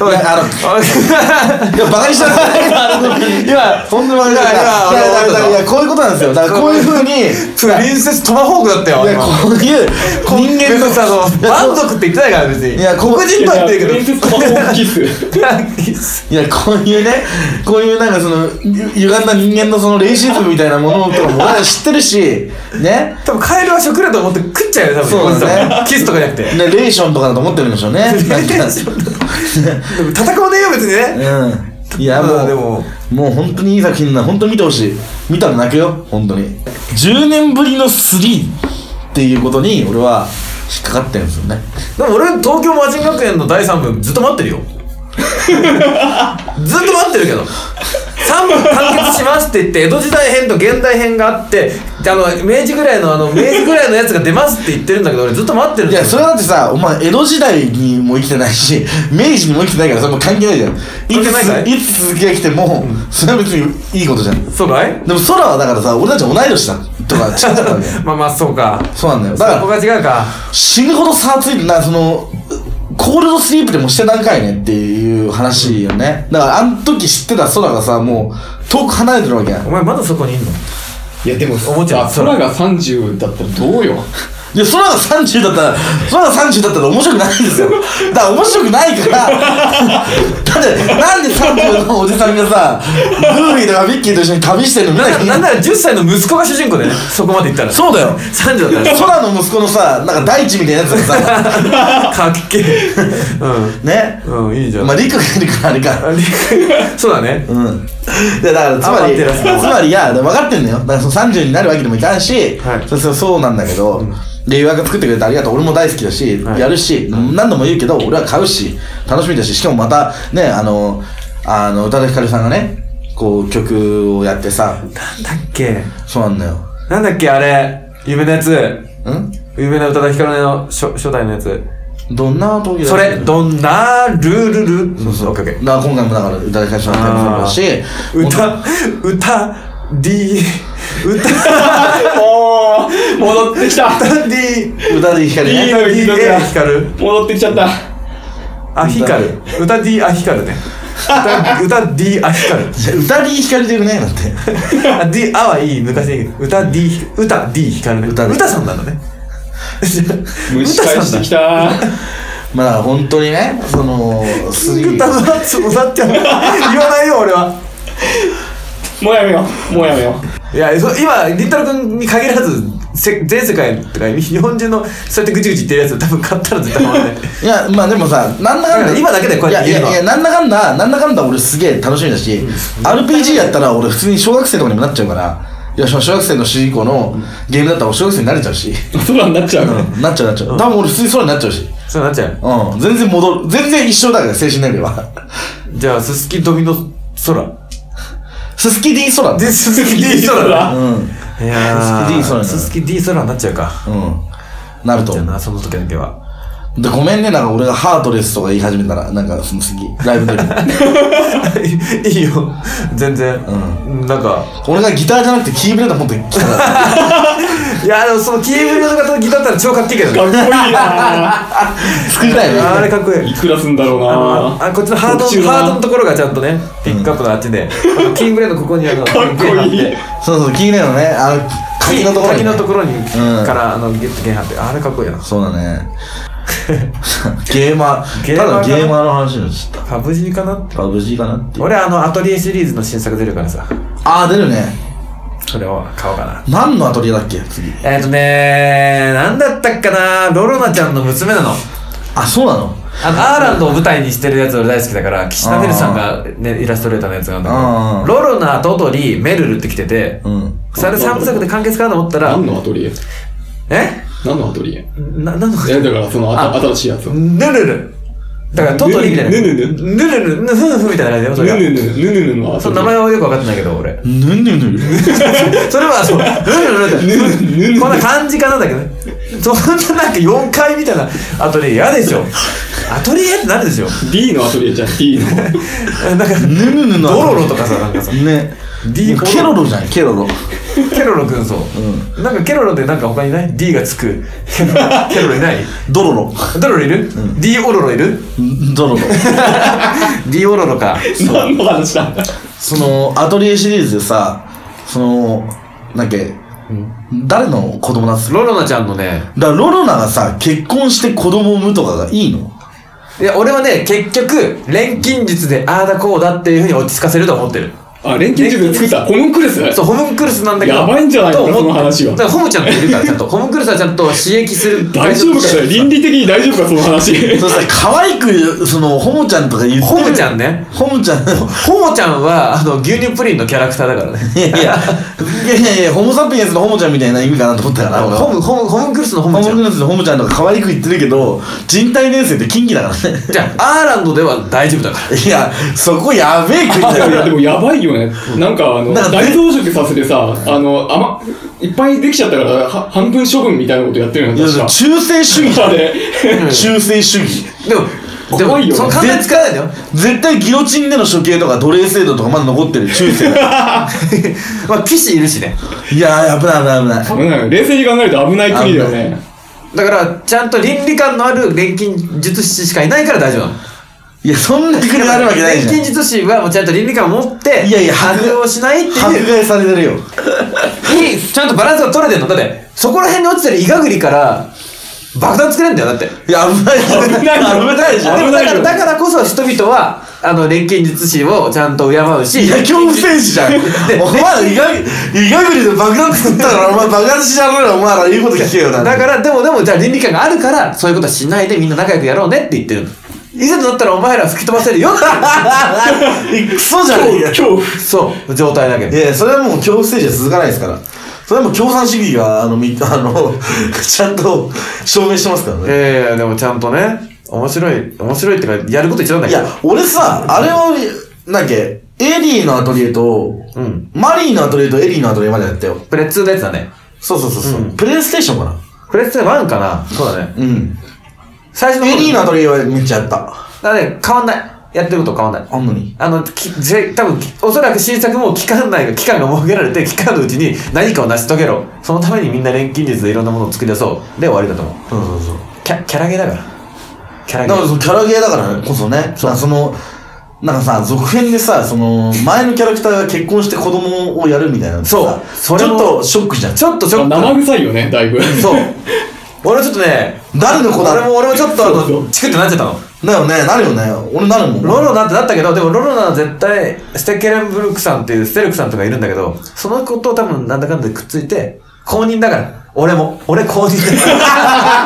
Speaker 1: あの、いや、バカにしたいや、そんなバカにしたい
Speaker 2: いやいや
Speaker 1: や、だからいや、こういうことなんですよ。だからこういう風に、
Speaker 2: [laughs] プリンセストマホークだったよ
Speaker 1: いや、
Speaker 2: 今
Speaker 1: [laughs] こういう人間の
Speaker 2: 別にあの満足って言ってないから別に
Speaker 1: いやこう
Speaker 2: 黒人とは言って
Speaker 3: プ
Speaker 2: る
Speaker 3: リン
Speaker 2: け
Speaker 3: セ
Speaker 2: ど
Speaker 3: ストマホークキス。
Speaker 1: いや、こういうね、こういうなんかその、ゆ歪んだ人間のそのレイシズムみたいなものとかも俺は知ってるし、ね、
Speaker 2: [laughs] 多分カエルは食だと思って食っちゃうよ多分
Speaker 1: そうだね
Speaker 2: キスとかじゃなくて
Speaker 1: ね、レーションとかだと思ってるんでしょうね。
Speaker 2: [laughs]
Speaker 1: なんか
Speaker 2: 戦わねえよ別にね
Speaker 1: うん。いや、も
Speaker 2: まあ
Speaker 1: う、
Speaker 2: でも
Speaker 1: もう本当にいい作品な、本当に見てほしい。見たら泣くよ、本当に。10年ぶりの3っていうことに、俺は引っかかってるんですよね。
Speaker 2: でも俺東京魔人学園の第3部ずっと待って
Speaker 1: [laughs]
Speaker 2: るよずっと待ってるけど3部完結しますって言って江戸時代編と現代編があってあの明治ぐらいのあの明治ぐらいのやつが出ますって言ってるんだけど俺ずっと待ってるん
Speaker 1: い
Speaker 2: だ
Speaker 1: や、
Speaker 2: よ
Speaker 1: それだってさ、お前、江戸時代にも生きてないし、明治にも生きてないから、それもう関係ないじゃん。い
Speaker 2: 係ないかい
Speaker 1: つ、いつ続きが来ても、それは別にいいことじゃん。で
Speaker 2: そうかい。
Speaker 1: も空はだからさ、俺たち同い年だとか、違ったんだよ
Speaker 2: まあまあそうか
Speaker 1: [laughs] そうなんだよ。だ
Speaker 2: そこ
Speaker 1: か、
Speaker 2: が違うから
Speaker 1: 死ぬほど差ついてな、その、コールドスリープでもして何回ねっていう話よね。だから、あの時知ってた空がさ、もう、遠く離れてるわけやん。
Speaker 2: お前まだそこにいんの
Speaker 3: いや、でも、
Speaker 2: 思っちゃう
Speaker 3: あ空が30だったらどうよ。
Speaker 1: で、空が30だったら、空が30だったら面白くないんですよ。だから面白くないから、 [laughs] だって、なんで30のおじさんがさ、ルーフィーとかミッキーと一緒に旅してるの見なきゃいけ
Speaker 2: な
Speaker 1: [laughs] ない
Speaker 2: んなら10歳の息子が主人公だよねそこまでいったら
Speaker 1: そうだよ。
Speaker 2: 30だった
Speaker 1: [laughs]
Speaker 2: ら
Speaker 1: 空の息子のさ、なんか大地みたいなやつがさ、
Speaker 2: かっけえう
Speaker 1: ね。
Speaker 2: んうんいいじゃん、
Speaker 1: まあ、陸がいるからあれか。
Speaker 2: そうだね
Speaker 1: うん。いや、だから、つまり、
Speaker 2: あ待ってる
Speaker 1: つまり、いや、分かってんのよ。だから、その30になるわけでもいかんし、
Speaker 2: はい
Speaker 1: そそそうなんだけど、で、予約作ってくれてありがとう。俺も大好きだし、
Speaker 2: はい
Speaker 1: やるし、何度も言うけど、俺は買うし、楽しみだし、しかもまた、ね、あの、あの、宇多田ヒカルさんがね、こう、曲をやってさ、
Speaker 2: だっけ
Speaker 1: そうなんだよ。
Speaker 2: なんだっけあれ夢のやつ
Speaker 1: ん
Speaker 2: 夢の宇多田ヒカルの初初代のやつ
Speaker 1: どんな時だ
Speaker 2: それどんなルールルそうそうオッケーオッケ
Speaker 1: だから今回もだから宇多田ヒカルさんの曲もだし、
Speaker 2: ー歌歌 D 歌
Speaker 3: おー、戻ってきた。
Speaker 2: D
Speaker 1: 宇多田ヒカル
Speaker 3: いい
Speaker 1: ね。
Speaker 3: の
Speaker 2: D
Speaker 3: 聞いた
Speaker 2: A ヒカル
Speaker 3: 戻ってきちゃった。
Speaker 2: あヒカル歌 D あヒカルね歌歌 D あ
Speaker 3: [laughs]
Speaker 2: ヒカル
Speaker 1: じゃあ宇多田ヒカルでよくないなって。
Speaker 2: あ D あはいい昔に歌 D ひ歌 D ヒカルね
Speaker 1: 歌 D
Speaker 2: 歌さんなんだね
Speaker 3: 蒸し返してきた。
Speaker 1: まあ、だから本当にね、その、スリー
Speaker 2: 歌歌って歌って言わないよ俺は
Speaker 3: もうやめよう。もうやめよう。
Speaker 2: いや、そ今、りんたろくんに限らず、せ全世界とか、日本中の、そうやってぐちぐち言ってるやつ、多分買ったら絶対ハマんない。
Speaker 1: いやまあでもさなんだかん
Speaker 2: だか
Speaker 1: だ
Speaker 2: ら今だけでこうやって
Speaker 1: い
Speaker 2: 言
Speaker 1: や
Speaker 2: え
Speaker 1: い
Speaker 2: ば
Speaker 1: やいやなんだかんだなんだかんだ俺すげえ楽しみだし、RPG やったら俺普通に小学生とかにもなっちゃうからいや小小学生の主人公のゲームだったら俺小学生になれちゃうし、 [laughs]
Speaker 3: 空になっちゃう。
Speaker 1: うん、なっちゃうなっちゃう多分俺普通にそうになっちゃうし
Speaker 2: そうなっちゃう。
Speaker 1: うん全然戻る全然一緒だから精神年齢は
Speaker 2: じゃあ、すすきドミノ空。
Speaker 1: ススキ D ソラ
Speaker 2: で、すすき D 空だ。
Speaker 1: うんうん
Speaker 2: いや
Speaker 1: すすき D 空
Speaker 2: ー、
Speaker 1: だ
Speaker 2: すすき D 空になっちゃうか。
Speaker 1: なると
Speaker 2: じゃあ
Speaker 1: 思う
Speaker 2: な、その時だけは。 [laughs]
Speaker 1: でごめんねなんか俺がハートレスとか言い始めたらなんかその好きライブで
Speaker 2: [laughs] いいよ。全然。なんか、
Speaker 1: 俺がギターじゃなくてキーブレード持ってきたら
Speaker 2: いやでもそのキーブルーのギターだったら超かっけえけどね
Speaker 3: かっこいいな
Speaker 1: 作りたいよね
Speaker 2: あれかっこいい
Speaker 3: いくらすんだろう
Speaker 2: あ
Speaker 3: な
Speaker 2: あこっちのハード
Speaker 3: 特注だな
Speaker 2: ハードのところがちゃんとねピックアップのあっちで、あのキーブレードここにあの
Speaker 3: かっこいい
Speaker 1: そうそうキーネのねあの
Speaker 2: 滝
Speaker 1: 柿の
Speaker 2: の
Speaker 1: と
Speaker 2: とこ
Speaker 1: こ
Speaker 2: ろ
Speaker 1: ろ
Speaker 2: に,、
Speaker 1: に、ね、うん
Speaker 2: からあのゲットゲンハってあれかっこいいな
Speaker 1: そうだ
Speaker 2: [laughs]
Speaker 1: ねゲーマ
Speaker 2: ゲ
Speaker 1: ーた
Speaker 2: ーマーか
Speaker 1: だゲーマーの話にし
Speaker 2: パブ G かな
Speaker 1: た無事かなっていう
Speaker 2: 俺あのアトリエシリーズの新作出るからさ
Speaker 1: ああ出るね
Speaker 2: それを買おうかな
Speaker 1: 何のアトリエだっけ次
Speaker 2: えっ、とねーなんだったっけかなロロナちゃんの娘なの
Speaker 1: あそうなの
Speaker 2: あのアーランドを舞台にしてるやつ俺大好きだから岸田てるさんが、ね、イラストレーターのやつがあるんだけどロロナトトリメルルって来てて、
Speaker 1: うん
Speaker 2: それ3部作で完結かなと思ったら
Speaker 3: 何のアトリエ
Speaker 2: え
Speaker 3: 何のアトリエ
Speaker 2: ななんの
Speaker 3: いやだからそのあた新しいやつをぬ
Speaker 2: ぬるるだからトトリみたいな
Speaker 3: ぬる
Speaker 2: ぬるるぬふんふんみたいな感じだよそれが
Speaker 3: ぬぬぬぬぬのア
Speaker 2: その
Speaker 3: トリ
Speaker 2: 名
Speaker 3: エ
Speaker 2: 前はよく分かってないけど俺
Speaker 1: ぬんぬんぬん
Speaker 2: [laughs] それはそうぬるるぬるってこんな感じかなんだけどねそんななんか4階みたいなアトリエ嫌でしょアトリエってなるでしょ
Speaker 3: D のアトリエ [laughs] じゃん D の
Speaker 2: なんか
Speaker 1: ぬぬぬの
Speaker 2: ドロロとかさなんかさ
Speaker 1: ね
Speaker 2: D
Speaker 1: もうケロロじゃんケロロ
Speaker 2: ケロロくんそう、なんかケロロでなんか他にない D がつくケロロいない
Speaker 1: ドロロ
Speaker 2: ドロロいる、?D オロロいる
Speaker 1: ドロロ
Speaker 2: ?D オロロか
Speaker 3: 何の話だ
Speaker 1: [laughs] そのアトリエシリーズでさそのなんだっけ誰の子供なんすか
Speaker 2: ロロナちゃんのね
Speaker 1: だからロロナがさ結婚して子供を産むとかがいいの
Speaker 2: いや俺はね結局錬金術でああだこうだっていうふうに落ち着かせると思ってる
Speaker 3: あ錬金術で [laughs] 作ったホムンクルス
Speaker 2: [laughs] そうホムンクルスなんだけど
Speaker 3: やばいんじゃないの
Speaker 2: と思って
Speaker 3: この話は
Speaker 2: だからホムちゃんがいるからちゃんとホムンクルスはちゃんと刺激する
Speaker 3: 大丈夫かそれ倫理的に大丈夫かその話
Speaker 1: それさ可愛くそのホモちゃんとか言って
Speaker 2: ホムちゃ
Speaker 1: ん
Speaker 2: んね
Speaker 1: ホモちゃん
Speaker 2: ホモちゃんはあの牛乳プリンのキャラクターだからね
Speaker 1: いやいやい
Speaker 2: [laughs]
Speaker 1: やいやいやホモサピエンスのホモちゃんみたいな意味かなと思ったから俺は
Speaker 2: ホムホムホムンクルスのホ
Speaker 1: ホ
Speaker 2: ム
Speaker 1: モ
Speaker 2: ち
Speaker 1: サ
Speaker 2: ゃ
Speaker 1: ピ
Speaker 2: ん
Speaker 1: エンスのホモちゃんとか可愛く言ってるけど人体年生って近畿だからね
Speaker 2: じゃあアーランドでは大丈夫だから
Speaker 1: いやそこやべえ国
Speaker 3: い
Speaker 1: だ
Speaker 3: やいや
Speaker 1: よ
Speaker 3: でもやばいよねなんかあの
Speaker 1: なんか
Speaker 3: 大増殖させてさあのあまいっぱいできちゃったからは半分処分みたいなことやってるの
Speaker 1: いや
Speaker 3: よ確
Speaker 1: 忠
Speaker 3: か
Speaker 1: 誠主義じゃん
Speaker 3: で
Speaker 1: 忠誠主義
Speaker 2: でもでも
Speaker 3: 怖いよ
Speaker 2: その考えつかないんだよ [laughs]
Speaker 1: 絶対ギロチンでの処刑とか奴隷制度とかまだ残ってる中世
Speaker 2: まあ騎士いるしね
Speaker 1: いやー危ない危ない危ない
Speaker 3: うん冷静に考えると危ない国だよね
Speaker 2: だからちゃんと倫理観のある錬金術師しかいないから大丈夫なの
Speaker 1: いやそんな国あるわけないじゃん
Speaker 2: 錬金術師はもうちゃんと倫理観を持って
Speaker 1: いやいや
Speaker 2: 反応しないって
Speaker 1: 迫
Speaker 2: いう
Speaker 1: 害されてるよ
Speaker 2: にちゃんとバランスが取れてんのだってそこら辺に落ちてるイガグリから爆弾作れんだよだって
Speaker 1: いや危ない
Speaker 3: 危ないよ
Speaker 1: 危ないじゃん
Speaker 2: でも
Speaker 3: 危な
Speaker 2: だ
Speaker 3: い
Speaker 2: か
Speaker 3: よ
Speaker 2: らだからこそ人々はあの錬金術師をちゃんと敬うし
Speaker 1: いや、恐怖戦士じゃん。お前、イガイガグリで爆弾作ったから、お前爆発しちゃうよ、お前ら言うこと聞けよな。、
Speaker 2: だか
Speaker 1: [laughs]
Speaker 2: ららでもでもじゃあ倫理観があるからそういうことはしないでみんな仲良くやろうねって言ってるの [laughs] いざとなったらお前ら吹き飛ばせるよ [laughs] っ
Speaker 1: クソじゃねえか。
Speaker 3: 恐怖
Speaker 2: てそう状態だけ
Speaker 1: い
Speaker 2: ど
Speaker 1: やいや、それはもう恐怖政治は続かないですから。それはもう共産主義が、あの、み、 [laughs] あの、ちゃんと証明してますからね。
Speaker 2: ええでもちゃんとね面白い面白いってかやること一緒なんだ
Speaker 1: い
Speaker 2: けど
Speaker 1: や、俺さ、あれを、なんだっけ、エリーのアトリエと、
Speaker 2: うん
Speaker 1: マリーのアトリエとエリーのアトリエまでやったよ。
Speaker 2: プレッツーのやつだね
Speaker 1: そうそうそうそう、
Speaker 2: うん
Speaker 1: プレイステーションかな。
Speaker 2: プレッツー1かなそうだね
Speaker 1: うん。
Speaker 2: 最初の
Speaker 1: エリーのア
Speaker 2: だ
Speaker 1: トリエはめっちゃやった。
Speaker 2: からね変わんないやってること変わんない
Speaker 1: あんのに。
Speaker 2: あのきぜ多分きおそらく新作も期間内が期間が設けられて期間のうちに何かを成し遂げろそのためにみんな錬金術でいろんなものを作り出そうで終わりだと思う
Speaker 1: そうそうそう。
Speaker 2: キャキャラゲーだからキャラゲ
Speaker 1: だから
Speaker 2: ー
Speaker 1: そのキャラゲーだからこそねそそのなんかさ続編でさその前のキャラクターが結婚して子供をやるみたいなのってさ
Speaker 2: そうそれ
Speaker 1: ちょ
Speaker 2: も
Speaker 1: っとショックじゃん
Speaker 2: ちょっとちょっと
Speaker 3: 生臭いよねだいぶ
Speaker 2: そう俺はちょっとね
Speaker 1: 誰の子だ
Speaker 2: 俺も俺もちょっとあ
Speaker 3: そうそ
Speaker 2: のチクってなっちゃったの
Speaker 1: だよねなるよね俺なるもん
Speaker 2: ロロナってなったけどでもロロナは絶対ステッケレンブルクさんっていうステルクさんとかいるんだけどそのことを多分なんだかんだでくっついて公認だから俺も俺公認だか
Speaker 1: [laughs]
Speaker 2: ら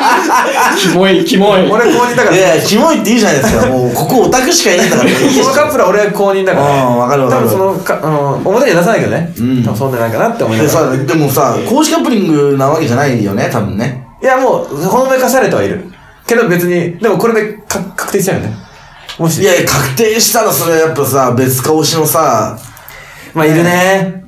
Speaker 3: キモいキモい
Speaker 2: 俺公認だから
Speaker 1: いやいやキモいっていいじゃないです
Speaker 2: [laughs]
Speaker 1: かもうここオタクしかいないんだからいい
Speaker 2: このカップルは俺は公認だから
Speaker 1: うんわかるわかる
Speaker 2: 多分そのか、うん、表には出さないけどね、
Speaker 1: ん
Speaker 2: 多分そうじゃないかなって思いな
Speaker 1: で
Speaker 2: がら
Speaker 1: さでもさ公式カップリングなわけじゃないよね多分ね
Speaker 2: いやもうほのめかされてはいるけど別にでもこれでか確定しちゃうよねもし
Speaker 1: いやいや確定したらそれはやっぱさ別顔しのさ
Speaker 2: まあいるね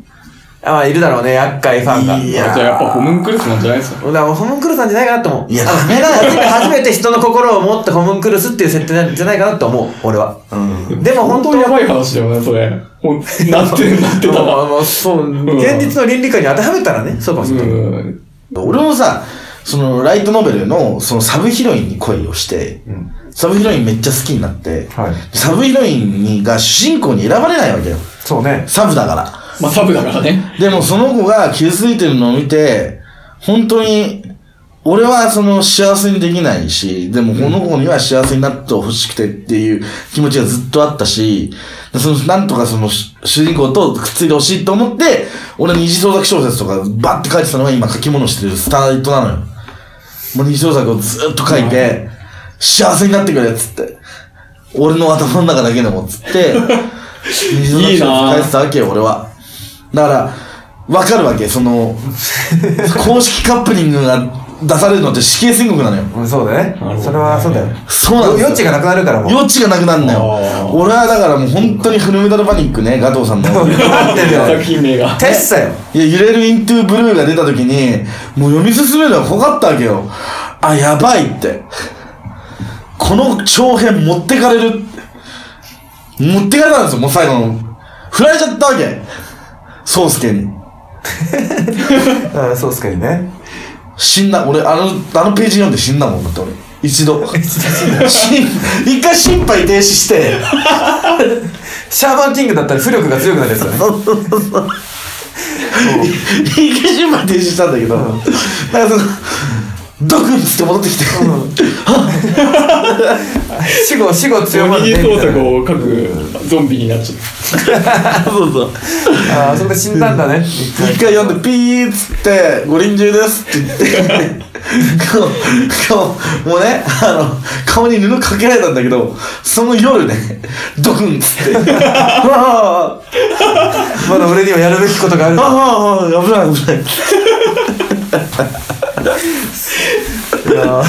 Speaker 2: あまあいるだろうね厄介ファンが
Speaker 1: い
Speaker 3: じゃあやっぱホムンクルスなんじゃないですか
Speaker 2: だからもうホムンクルスなんじゃないかなと思う
Speaker 1: いや
Speaker 2: あの
Speaker 1: ダメだよ
Speaker 2: 初めて初めて人の心を持ったホムンクルスっていう設定なんじゃないかなと思う俺は
Speaker 1: うん
Speaker 2: でも
Speaker 3: 本
Speaker 2: 本
Speaker 3: 当
Speaker 2: 当に
Speaker 3: にやばい話だよねそれほんなってなってた
Speaker 2: ま
Speaker 3: ら
Speaker 2: あまあそう現実の倫理観に当てはめたらねそうかもしれない
Speaker 3: うん
Speaker 1: 俺もさそのライトノベルのそのサブヒロインに恋をして、サブヒロインめっちゃ好きになって、
Speaker 2: はい
Speaker 1: サブヒロインにが主人公に選ばれないわけよ
Speaker 2: そうね。
Speaker 1: サブだから
Speaker 3: まあサブだからね。
Speaker 1: でもその子が傷ついてるのを見て本当に俺はその幸せにできないし、でもこの子には幸せになってほしくてっていう気持ちがずっとあったし、でそのなんとかその主主人公とくっついてほしいと思って、俺二次創作小説とかバッて書いてたのが今書き物してるスターライトなのよ。もう二次創作をずっと書いて、幸せになってくれっつって。俺の頭の中だけでもっつって、二次創作小説書いてたわけよ、俺は。だから、わかるわけ、その、公式カップリングが出されるのって死刑宣告なのよ。
Speaker 2: うん、そうだね。それはそうだよ。
Speaker 1: そうなんですよ
Speaker 2: 余地がなくなるからもう。
Speaker 1: 余地がなくなるのよ。俺はだからもう本当にフルメタルパニックね、ガトーさんの。
Speaker 2: なってるよ。
Speaker 3: 作品名が。
Speaker 2: テッサよ。
Speaker 1: いや、揺れるイントゥーブルーが出た時に、もう読み進めるのが濃かったわけよ。あ、やばいって。この長編持ってかれる。持ってかれたんですよ、もう最後の。振られちゃったわけ。ソウスケに。
Speaker 2: うん、そうっすけどね。
Speaker 1: 死んだ俺あのあのページ読んで死んだもんだって俺一度死ん一回心肺停止して
Speaker 2: シャーマンキングだったら浮力が強くなるやつだね。
Speaker 1: 一回心肺停止したんだけど、なんかそのドクンつって戻ってきて、 [laughs]
Speaker 2: 死後、死後強まる
Speaker 3: 二
Speaker 2: ね
Speaker 3: 次
Speaker 2: み
Speaker 3: 創
Speaker 2: たい
Speaker 3: 作
Speaker 2: な。
Speaker 3: を書くゾンビになっちゃっ
Speaker 2: ああ、そこで死んだんだね。一回
Speaker 1: 一回読んでピーっつって「五輪中です」って [laughs] 言って顔顔もうねあの顔に布かけられたんだけどその夜ねドクンっつって [laughs] 「ああ
Speaker 2: まだ俺にはやるべきことがある。
Speaker 1: ああ危ない危ない」
Speaker 2: いやーもう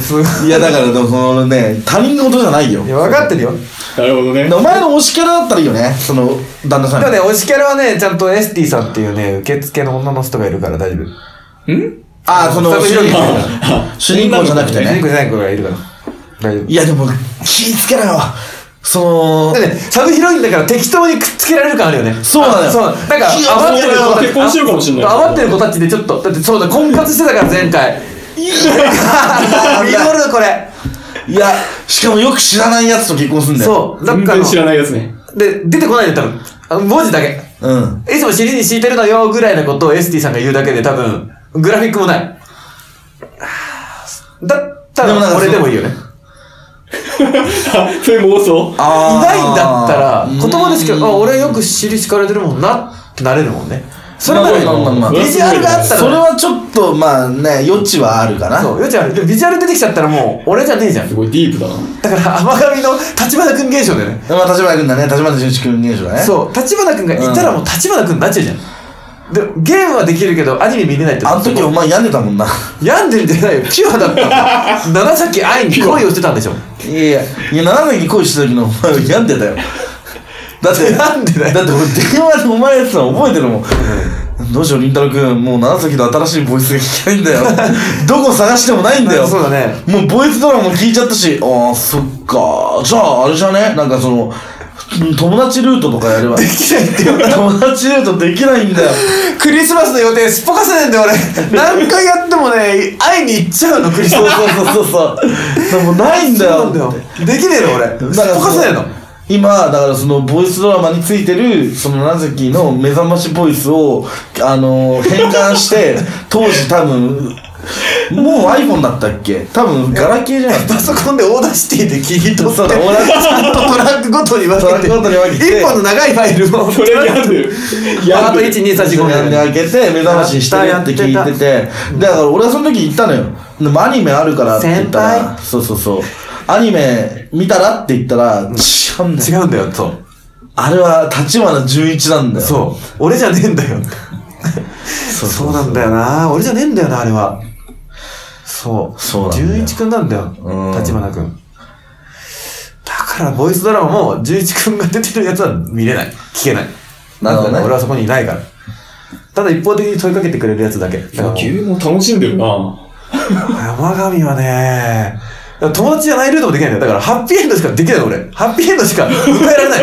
Speaker 2: すごい
Speaker 1: いやだからでもそのね他人のことじゃないよ
Speaker 2: いや分かってるよ
Speaker 3: た。なるほどね。
Speaker 1: お前の推しキャラだったらいいよねその旦那さん
Speaker 2: でもね推しキャラはねちゃんとエスティさんっていうね受付の女の人がいるから大丈夫
Speaker 1: ああその
Speaker 2: 多分
Speaker 1: 主
Speaker 2: ヒロ
Speaker 1: 人
Speaker 2: イン
Speaker 1: 公
Speaker 3: あ
Speaker 1: 主人公じゃなくて
Speaker 2: 主人
Speaker 1: ね
Speaker 2: 公じゃない子がいるから大丈夫
Speaker 1: いやでも気ぃつけろよその
Speaker 2: だってねサブヒロインだから適当にくっつけられる感あるよね
Speaker 1: そうなのよ
Speaker 2: あそうだから
Speaker 1: いや
Speaker 2: 余ってる子たち
Speaker 3: 結婚してるかもしんない
Speaker 2: あ余ってる子たちでちょっとだってそうだ婚活してたから前回 [laughs] 見ろるこれ
Speaker 1: いやしかもよく知らないやつと結婚すんだよ
Speaker 2: そうだ
Speaker 3: 全
Speaker 2: から
Speaker 3: 然知らないやつね。
Speaker 2: で出てこないで多分あの文字だけ
Speaker 1: ううん
Speaker 2: いつも尻に敷いてるのよぐらいのことをエスティさんが言うだけで多分グラフィックもないだった
Speaker 1: でもなんか
Speaker 2: ら俺でもいいよね
Speaker 3: あそういう妄想
Speaker 2: い
Speaker 1: あー
Speaker 2: ないんだったら言葉ですけどあ俺よく尻敷かれてるもんなってなれるもんねそれならいい
Speaker 1: まあまあまあまあ
Speaker 2: ビジュアルがあったら
Speaker 1: それはちょっとまあね余地はあるかな
Speaker 2: そうよちゃんでもビジュアル出てきちゃったらもう俺じゃねえじゃん
Speaker 3: すごいディープだな。
Speaker 2: だから甘神の立花君現象だよね
Speaker 1: まあ立花君だね立花俊一君現象だね
Speaker 2: そう立花君がいたらもう立花君になっちゃうじゃんでゲームはできるけどアニメ見れないって
Speaker 1: あの時お前病んでたもんな
Speaker 2: 病んでるんじゃないよピュアだっ
Speaker 1: [laughs]
Speaker 2: たの長崎愛に恋をしてたんでしょ
Speaker 1: いやいやいや斜めに恋してた時のお前は病んでた
Speaker 2: [laughs]
Speaker 1: よだって
Speaker 2: 病んでない
Speaker 1: だって俺電話でお前やつは覚えてるもん、どうしようりんたろくんもう長崎の新しいボイスが聞きたいんだよ
Speaker 2: [laughs]
Speaker 1: どこ探してもないんだよ
Speaker 2: そうだね [laughs]
Speaker 1: もうボイスドラマも聞いちゃったしああそっかじゃああれじゃねなんかそのうん友達ルートとかやればできないって友達ルートできない [laughs] んだよ
Speaker 2: クリスマスの予定すっぽかせねえんだよ俺何回やってもね会いに行っちゃうのクリス
Speaker 1: そう
Speaker 2: マス
Speaker 1: そうそうそうそうでもないんだよ
Speaker 2: なんだよできねえの俺すっぽかせねえの
Speaker 1: 今だからそのボイスドラマについてるその長崎の目覚ましボイスをあの [laughs] 変換して当時多分もう iPhone だったっけ多分ガラケーじゃなかった
Speaker 2: パソコンでオーダーシティで切り取
Speaker 1: そう
Speaker 2: っ
Speaker 1: だ
Speaker 2: て
Speaker 1: 俺は
Speaker 2: ちゃんとトラックごとに分けて
Speaker 1: トラックごとに分けて
Speaker 2: 一本の長いファイルを
Speaker 3: それ病んでる。
Speaker 2: あ
Speaker 3: 病ん
Speaker 2: と
Speaker 3: でる。
Speaker 2: 12345
Speaker 1: やんで開けて目覚ましにしてるって聞いててだから俺はその時言ったのよでもアニメあるからって言った
Speaker 2: 先
Speaker 1: らそうそうそうアニメ見たらって言ったら違うんだ
Speaker 2: 違
Speaker 1: よ
Speaker 2: うんだよそう
Speaker 1: あれは立花純一なんだよ
Speaker 2: そう俺じゃねえんだよそうなんだよな俺じゃねえんだよなあれはそう
Speaker 1: そうなんだよ
Speaker 2: 純一くんなんだよ
Speaker 1: うん
Speaker 2: 立花くんだからボイスドラマも純一くんが出てるやつは見れない聞けない
Speaker 1: なるほどね
Speaker 2: んだろう俺はそこにいないからただ一方的に問いかけてくれるやつだけだからもう
Speaker 3: 野球も楽しんでるな。
Speaker 2: 山神はね友達じゃないルートもできないんだよだからハッピーエンドしかできないの俺ハッピーエンドしか迎えられない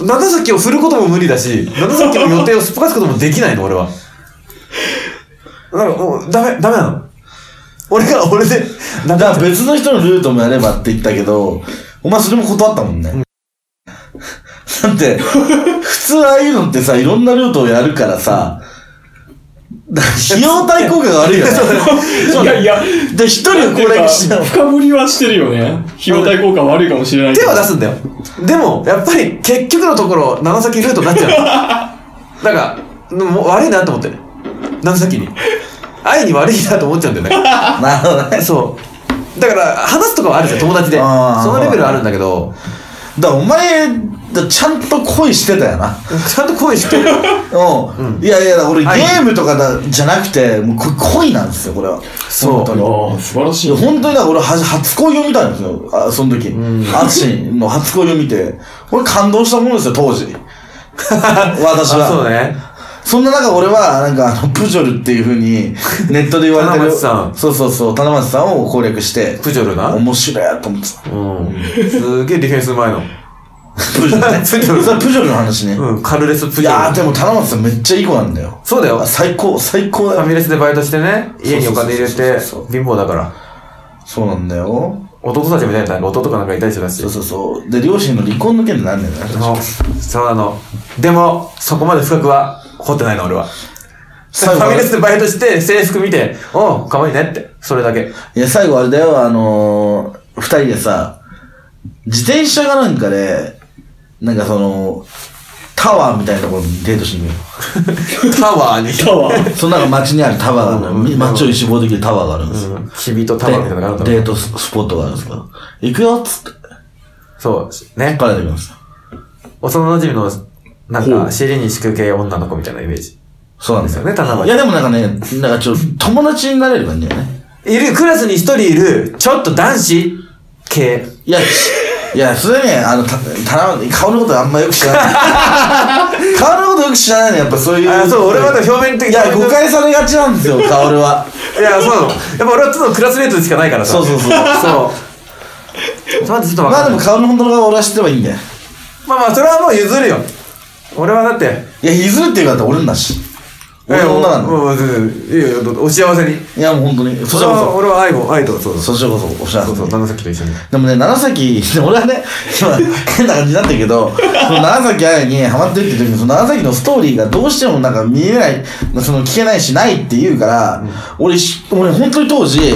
Speaker 2: 長崎を振ることも無理だし長崎の予定をすっぽかすこともできないの俺はなんかもう、ダメ、ダメなの。俺が俺で、
Speaker 1: だから別の人のルートもやればって言ったけど、お前それも断ったもんね。だって、普通ああいうのってさ、いろんなルートをやるからさ、だから費用対効果が悪
Speaker 2: [laughs]
Speaker 1: いよね。
Speaker 3: いやいや、
Speaker 1: で、一人を攻略しな
Speaker 3: 深掘りはしてるよね。費用対効果は悪いかもしれないけ
Speaker 2: 手
Speaker 3: ど
Speaker 2: は出すんだよ。でも、やっぱり結局のところ、長崎ルートになっちゃう。なんか、もう悪いなと思ってる。長崎に。愛に悪いなと思っちゃうんだよね。
Speaker 1: なるほどね。
Speaker 2: [laughs] そう。だから、話すとかはあるじゃん、友達で。
Speaker 1: あー
Speaker 2: そのレベルはあるんだけど、
Speaker 1: だからお前、だちゃんと恋してたよな。 [laughs]
Speaker 2: ちゃんと恋してる。
Speaker 1: うん。いやいや、俺ゲームとかだじゃなくて、もうこ恋なんですよ、これは。
Speaker 2: そう
Speaker 1: 本当に
Speaker 3: ああ、素晴らしい。
Speaker 1: 本当にだから俺は初恋を見たんですよ。あその時。アシンの初恋を見て。俺感動したものですよ、当
Speaker 2: [laughs]
Speaker 1: 時。私は。
Speaker 2: そうね。
Speaker 1: そんな中俺は、なんかあの、プジョルっていう風に、ネットで言われてる。
Speaker 2: 棚松さん
Speaker 1: そうそうそう、棚松さんを攻略して。
Speaker 2: プジョルな。
Speaker 1: 面白いと思ってた。
Speaker 2: うん。すげえディフェンスうまいの。
Speaker 1: プジョル
Speaker 2: [laughs]
Speaker 1: ね。それはプジョルの話ね。
Speaker 2: うん、カルレス
Speaker 1: い
Speaker 2: プジョ
Speaker 1: やー、。
Speaker 2: ル
Speaker 1: でも棚松さんめっちゃいい子なんだよ。
Speaker 2: そうだよ。フ
Speaker 1: 最高、最高だ
Speaker 2: ァ
Speaker 1: よ。
Speaker 2: ミレスでバイトしてね、家にお金入れて
Speaker 1: そうそうそうそう、
Speaker 2: 貧乏だから。
Speaker 1: そうなんだよ。
Speaker 2: 弟たちみたいな、なんか弟かなんかいたりするらしい
Speaker 1: そう。そうそう。で、両親の離婚の件でなんねんだよ。
Speaker 2: のそうなの。でも、そこまで深くは掘ってないの、俺は。フ
Speaker 1: 最後
Speaker 2: ァミレスでバイトして、制服見て、おう、かわいいねって。それだけ。
Speaker 1: いや、最後あれだよ、あのー、二人でさ、自転車がなんかで、なんかその、タワーみたいなところにデートしてみよ
Speaker 2: タワーに。
Speaker 3: タワ
Speaker 2: [laughs]
Speaker 3: ー。
Speaker 1: う。その中街にあるタワーがあるのみ街を一望できるタワーがあるんですよ。
Speaker 2: きびとタワーみたいなのがあるんだ
Speaker 1: でデ
Speaker 2: ろう
Speaker 1: ートスポットがあるんですけど、行くよっつって、
Speaker 2: そう。ね。
Speaker 1: 彼女がさ、
Speaker 2: 幼馴染の、なん
Speaker 3: ほ
Speaker 2: か、
Speaker 3: う
Speaker 2: 尻に敷く系女の子みたいなイメージ。
Speaker 1: そうなんで
Speaker 2: ですす
Speaker 1: よ
Speaker 2: よ
Speaker 1: ね。
Speaker 2: ね、七
Speaker 1: い
Speaker 2: 夕
Speaker 1: や、。でもなんかね、なんかちょっと友達になれる感じだよね。
Speaker 2: いる、クラスに一人いる、ちょっと男子系。
Speaker 1: いや、いや、それね、あの、た、た顔のことあんまよく知ら
Speaker 2: [laughs]
Speaker 1: ない。顔のことよく知らないの、やっぱそういう。
Speaker 2: あ、そう、俺まだ表面的
Speaker 1: いや、誤解されがちなんですよ、薫は。
Speaker 2: いや、そうなの。やっぱ俺はちょっとクラスメートでしかないからさ。
Speaker 1: そうそうそう
Speaker 2: そう。まずちょっとわ
Speaker 1: まあ
Speaker 2: か
Speaker 1: で
Speaker 2: ん
Speaker 1: も
Speaker 2: ない。
Speaker 1: 薫の本当の顔を俺は知ってればいいんだよ。
Speaker 2: まあまあ、それはもう譲るよ。俺はだって、
Speaker 1: いや、譲るっていうかだって俺んだし。俺の女なんだ。
Speaker 2: もう、全然いやいや、お幸せに。
Speaker 1: いや、もう本当に。そ
Speaker 2: そ
Speaker 1: ち
Speaker 2: れ
Speaker 1: ら
Speaker 2: は
Speaker 1: こ
Speaker 2: 俺は愛も、愛と、そう
Speaker 1: そ。
Speaker 2: そう。
Speaker 1: そちらこそ、おっしゃる
Speaker 2: そうそう、長崎と一緒に。
Speaker 1: でもね、長崎、 [laughs] 俺はね、今、変な感じになってるけど、その長崎愛にハマってるって時に、その長崎のストーリーがどうしてもなんか見えない、その聞けないしないって言うから、俺し、俺本当に当時、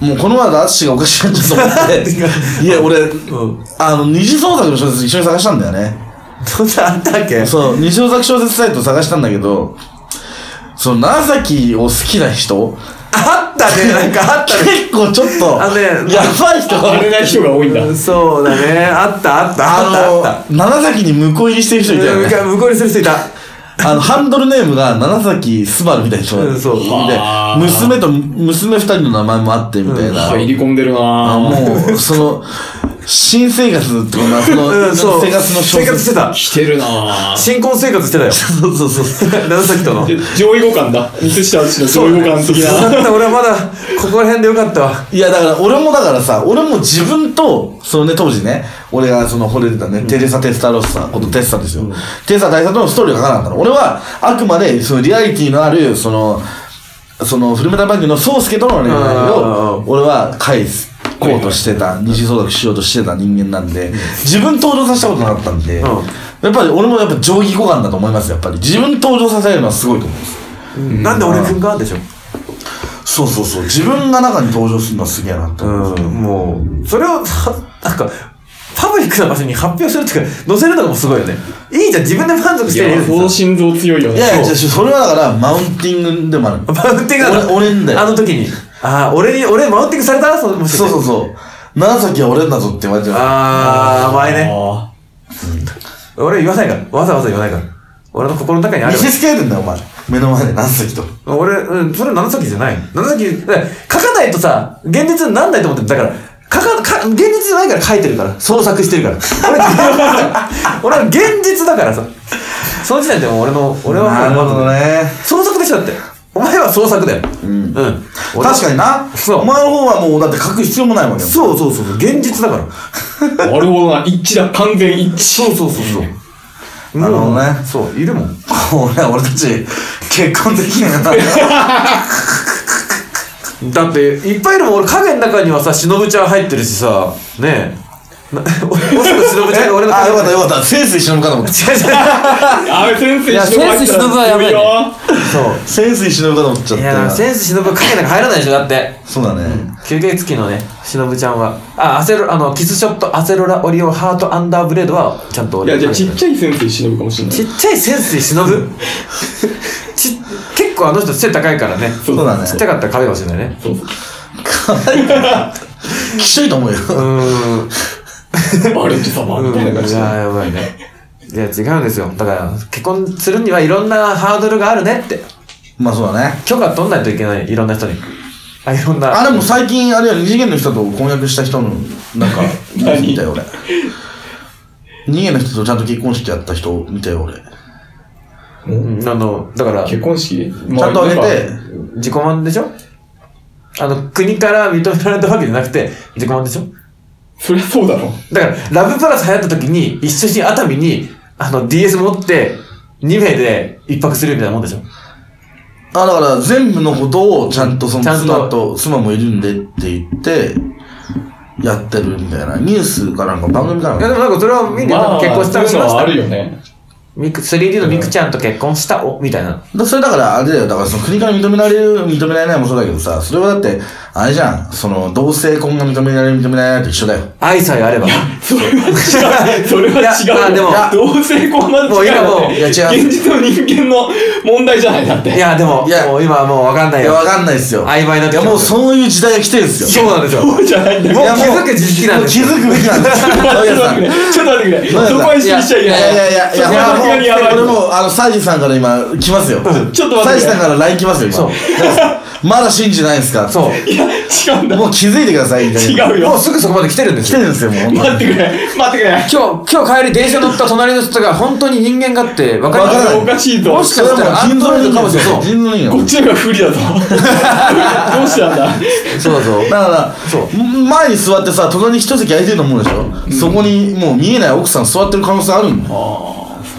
Speaker 1: もうこのままだ淳がおかしくなっちゃうと思
Speaker 2: [laughs]
Speaker 1: って、いや、俺、あの、二次創作の小説一緒に探したんだよね。
Speaker 2: そんなあったっけ
Speaker 1: そう、二小作小説サイト探したんだけど、その、長崎を好きな人
Speaker 2: あったね、なんかあったね。
Speaker 1: 結構ちょっと、
Speaker 2: あのね
Speaker 1: やばい人が
Speaker 3: あれない人が多いんだ。
Speaker 2: そうだね、あったあったあったあった。
Speaker 1: あの、長崎に向こう入りしてる人いたよね。
Speaker 2: うん向こうにする人いた。
Speaker 1: あの、ハンドルネームが長崎スバルみたいな人
Speaker 2: うんそう
Speaker 1: で
Speaker 3: はあ、
Speaker 1: 娘と、娘二人の名前もあってみたいな。
Speaker 3: 入り込んでる
Speaker 1: あ
Speaker 3: なぁ。
Speaker 1: もう、その、新生活ってことな、その、
Speaker 2: うん、そう。
Speaker 1: 生活の小
Speaker 2: 生活し
Speaker 1: 説。
Speaker 2: てた。
Speaker 3: 来てるなぁ。
Speaker 2: 新婚生活してたよ。そうそう [laughs] そう。長崎との。
Speaker 3: で上位互換だ。ミスしたうちの上位互換的
Speaker 2: だ
Speaker 3: な。
Speaker 2: った俺はまだここら辺でよかったわ
Speaker 1: いや、だから、俺もだからさ、俺も自分と、そのね、当時ね、俺がその惚れてたね、テレサ・テスタロッサことテスタですよ。テスタ大佐とのストーリーが書かなかったの。俺は、あくまで、そのリアリティのある、その、その、フルメタルバンクの宗介とのね、を、俺は返す。こうとしてた、二次創作しようとしてた人間なんで、自分登場させたことなかったんで、やっぱり俺もやっぱ定規互換だと思います、やっぱり。自分登場させるのはすごいと思います。
Speaker 2: なんで俺くんがでしょ
Speaker 1: そうそうそう。自分が中に登場するのはすげえなって。
Speaker 2: うんもうそれをはなんかパブリックな場所に発表するっていうか載せるのもすごいよねいいじゃん自分で満足
Speaker 3: い
Speaker 2: してる
Speaker 3: や、
Speaker 2: やつ
Speaker 3: その心臓強いよ
Speaker 1: い
Speaker 3: ね。
Speaker 1: やいや、
Speaker 3: そう
Speaker 1: じゃあそれはだから、マウンティングでもある。
Speaker 2: マウンティングな
Speaker 1: 俺
Speaker 2: の
Speaker 1: 俺んだよ
Speaker 2: あの時にああ俺に俺マウンティングされたそうもしか
Speaker 1: そう
Speaker 2: して
Speaker 1: そうそう。長崎は俺んだぞって言われてる。
Speaker 2: ああ甘いね
Speaker 3: あ
Speaker 2: 俺言わないからわざわざ言わないから俺の心の中にあ
Speaker 1: 見
Speaker 2: る
Speaker 1: せつけられてんだよ、お前。目の前で長崎と。
Speaker 2: 俺、うん、それ長崎じゃない。長崎、だから書かないとさ、現実になんないと思ってるだから、書か、か現実じゃないから書いてるから。創作してるから。俺、俺は現実だからさ。その時点でもう俺の、俺はもう
Speaker 1: ね。
Speaker 2: 創作でしょだって。お前は創作だよ。うん。うん。俺は
Speaker 1: 確かにな。
Speaker 2: そう
Speaker 1: お前の方はもう、だって書く必要もないもんね。
Speaker 2: そうそうそうそう。現実だから。
Speaker 3: あ。なるほどな。一致だ。完全一致。
Speaker 2: そうそうそうそう。
Speaker 1: なるほどね
Speaker 6: そういるもん
Speaker 1: 俺俺たち結婚できなかった
Speaker 2: [laughs]
Speaker 6: だっていっぱいいるもん俺影の中にはさしのぶちゃん入ってるしさねえなおそらくしのぶちゃんが俺の
Speaker 1: あ
Speaker 6: 影
Speaker 1: よ
Speaker 6: の中
Speaker 1: かった
Speaker 6: に
Speaker 1: よかったセンス一緒のかと思った
Speaker 3: あれ先生忍
Speaker 2: いや先生忍はやばいね
Speaker 3: よ
Speaker 1: センス一緒のかと思っちゃっ
Speaker 6: い
Speaker 1: た
Speaker 6: や
Speaker 1: よ
Speaker 6: センスしのぶは影の中入らないでしょだって
Speaker 1: そうだね
Speaker 6: 吸血鬼のねしのぶちゃんはあアセロあのキスショットアセロラオリオンハートアンダーブレードはちゃんと
Speaker 3: い
Speaker 6: 俺
Speaker 3: や
Speaker 6: の
Speaker 3: じゃあ
Speaker 6: 影
Speaker 3: ち
Speaker 6: の
Speaker 3: っ
Speaker 6: 中
Speaker 3: ちゃい先生忍ぶかもしれない
Speaker 6: ちっちゃいセンスでしの
Speaker 3: [laughs]
Speaker 6: ぶち結構あの人背高いからね
Speaker 1: そうだね
Speaker 6: ちっちゃかったら可愛いかもしれないね
Speaker 3: そうそう
Speaker 1: きしょいと思うよ
Speaker 6: うーん
Speaker 3: [laughs] バレンテ様みたいな感
Speaker 6: い
Speaker 3: じで
Speaker 6: ややばいねいや違うんですよだから結婚するにはいろんなハードルがあるねって
Speaker 1: まあそうだね
Speaker 6: 許可取んないといけないいろんな人にあいろんな
Speaker 1: あでも最近あれや二次元の人と婚約した人のなんかニュース見たよ俺二次元の人とちゃんと結婚式やった人見たよ俺ち
Speaker 6: うんあのだから
Speaker 3: 結婚式
Speaker 1: ゃんとあげ
Speaker 3: ま
Speaker 1: て
Speaker 3: なんか
Speaker 6: 自己満でしょあの国から認められたわけじゃなくて自己満でしょ
Speaker 3: そりゃそうだろ
Speaker 6: だから、ラブプラス流行った時に、一緒に熱海に、あの、DS 持って、2名で一泊するみたいなもんでしょ
Speaker 1: あだから全部のことをちゃんとその
Speaker 6: ちゃんと
Speaker 1: 妻と妻もいるんでって言ってやってるみたいなニュースかなんか番組かなん
Speaker 6: いや、で
Speaker 1: か
Speaker 6: もなんかそれはみんな結婚した
Speaker 3: そう
Speaker 6: みたい
Speaker 3: いうの
Speaker 6: な
Speaker 3: はあるよね
Speaker 6: ミク 3D のミクちゃんと結婚したお、みたいな。
Speaker 1: だそれだからあれだよだからその国から認められる認められないもそうだけどさそれはだってあれじゃんその同性婚が認められる認められないと一緒だよ
Speaker 6: 愛さえあれば。
Speaker 3: それは違う。それは違う。
Speaker 6: いやあでも
Speaker 3: 同性婚まで違う。
Speaker 6: もう今もう
Speaker 1: いや違う
Speaker 3: 現実の人間の問題じゃないだって。
Speaker 6: いや、でも、
Speaker 1: いや
Speaker 6: もう今はもうわかんない
Speaker 1: い
Speaker 6: よ。
Speaker 1: やわかんないですよ
Speaker 6: 曖昧になっ
Speaker 1: い
Speaker 6: て
Speaker 1: や
Speaker 6: きた
Speaker 1: もうそういう時代が来てるんですよ
Speaker 6: そうなんですよ。もう
Speaker 3: そうじゃないんだ
Speaker 6: 気
Speaker 3: よ。
Speaker 1: いやもう
Speaker 6: づく時期なんです
Speaker 1: 気
Speaker 6: よ。
Speaker 1: づくべきなんですよ。野家さん。い
Speaker 3: [laughs] ちょっと待ってくれ。ちょっと待ってくれ。
Speaker 1: 野家さ
Speaker 3: そ
Speaker 1: ん
Speaker 3: こは一緒にしちゃいけない。
Speaker 1: やいやいや、い
Speaker 3: そ
Speaker 1: や、
Speaker 3: こはさすがにやばい。
Speaker 1: 俺もう、あの、サイジさんから今、来ますよ。
Speaker 3: ちょっと待
Speaker 1: サ
Speaker 3: って
Speaker 1: イジさんから LINE 来ますよ、今。まだ信じないんすか
Speaker 6: そう。
Speaker 3: いや、違うんだ。
Speaker 1: もう気づいてください、みたいな。
Speaker 3: 違う
Speaker 6: もう
Speaker 3: よ。
Speaker 6: すぐそこまで来てるんです
Speaker 1: 来
Speaker 6: よ。
Speaker 1: てるんですよ、もうほんとに。
Speaker 3: 待ってくれ。待ってくれ。
Speaker 2: 今日、今日帰り電車乗った隣の人が本当に人間がって分かり
Speaker 1: わ
Speaker 2: ま
Speaker 1: か
Speaker 2: す
Speaker 1: らない。
Speaker 3: おかしいぞ。
Speaker 2: もし
Speaker 1: そ
Speaker 2: か
Speaker 1: れ
Speaker 2: し
Speaker 1: は
Speaker 2: たらアンド
Speaker 1: もう
Speaker 2: ロイ
Speaker 1: 人造
Speaker 2: ド
Speaker 1: 人間
Speaker 2: かもしれない。
Speaker 1: 人造人
Speaker 3: こっ
Speaker 1: 間。
Speaker 3: ちの方が不利だぞ。どうしたんだ。
Speaker 2: そうそ
Speaker 1: だ
Speaker 2: う。
Speaker 1: から、前に座ってさ、隣に一席空いてると思うでしょそこに、もう見えない奥さん座ってる可能性あるんだよ。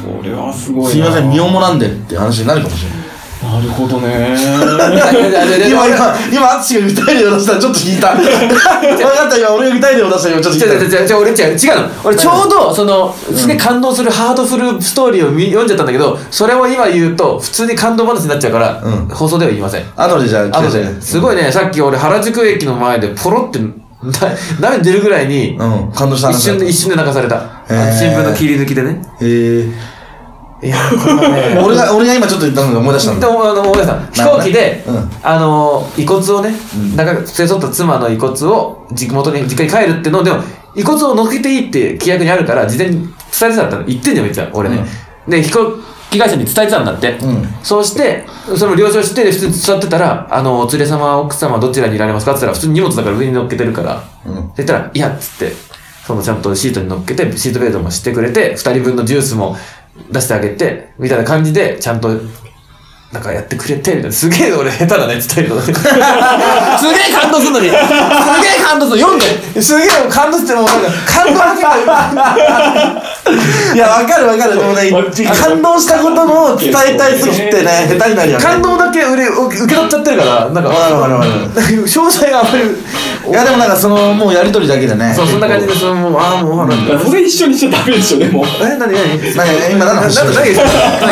Speaker 3: これはすごいな。
Speaker 1: すいません、身をもなんでって話になるかもしれない。
Speaker 3: なるほどね。
Speaker 1: 今、今、今、淳が具体例を出したらちょっと引い [laughs] た。分かった、今、俺が具体例を出したら今、ちょっと
Speaker 2: 違う
Speaker 1: 引い
Speaker 2: 違う
Speaker 1: た。
Speaker 2: 違う違う俺違う違うの俺ちょうどそのすげえ感動するハートフルストーリーを見読んじゃったんだけどそれを今言うと普通に感動話になっちゃうから、
Speaker 1: うん
Speaker 2: 放送では言いません
Speaker 1: 後でじゃあ、
Speaker 2: あとですごいねさっき俺原宿駅の前でポロってな涙出るぐらいに
Speaker 1: うん、感動した
Speaker 2: 一
Speaker 1: 話だ
Speaker 2: 瞬
Speaker 1: っ
Speaker 2: で
Speaker 1: た。
Speaker 2: 一瞬で泣かされた
Speaker 1: へー
Speaker 2: 新聞の切り抜きでね
Speaker 1: へえ。
Speaker 2: いやーこれはね
Speaker 1: 俺が、俺が今ちょっと言ったので思い出したん
Speaker 2: で
Speaker 1: だ。
Speaker 2: もあの大家さん飛
Speaker 1: なるほど
Speaker 2: 行
Speaker 1: ね
Speaker 2: 機で、
Speaker 1: うん
Speaker 2: あの遺骨をね、なんか連れ添った妻の遺骨を地元に実家に帰るってのをでも遺骨を乗っけていいって規約にあるから事前に伝えてたんだ言ってんじゃんめっちゃ俺ね、で飛行機会社に伝えてたんだって、
Speaker 1: ん
Speaker 2: そうしてそれも了承して普通に座ってたら「あのお連れ様奥様どちらにいられますか?」って言ったら普通に荷物だから上に乗っけてるから、って言ったら「いや」っつってそのちゃんとシートに乗っけてシートベルトもしてくれて2人分のジュースも出してあげてみたいな感じでちゃんとなんかやってくれてみたいなすげえ俺下手だね伝えるのすげえ感動するのにすげえ感動する読んですげえ感動してもうなんか感動だけ
Speaker 1: いや、わかるわかる。でもね
Speaker 3: わかる、
Speaker 1: 感動したことの [laughs] 伝えたい時ってね、下手になるよね。
Speaker 2: 感動だけ俺受け取っちゃってるからなんか
Speaker 1: わかるわかるわか
Speaker 2: 詳細があんまり
Speaker 1: る。いや、でもなんかその、もうやりとりだけでね。
Speaker 2: そうそんな感じでそのもうああもうほら
Speaker 3: だからそれ一緒にしちゃダメでしょ、
Speaker 1: [laughs]
Speaker 3: でも。
Speaker 2: え何何何
Speaker 1: なんか今何の話してました何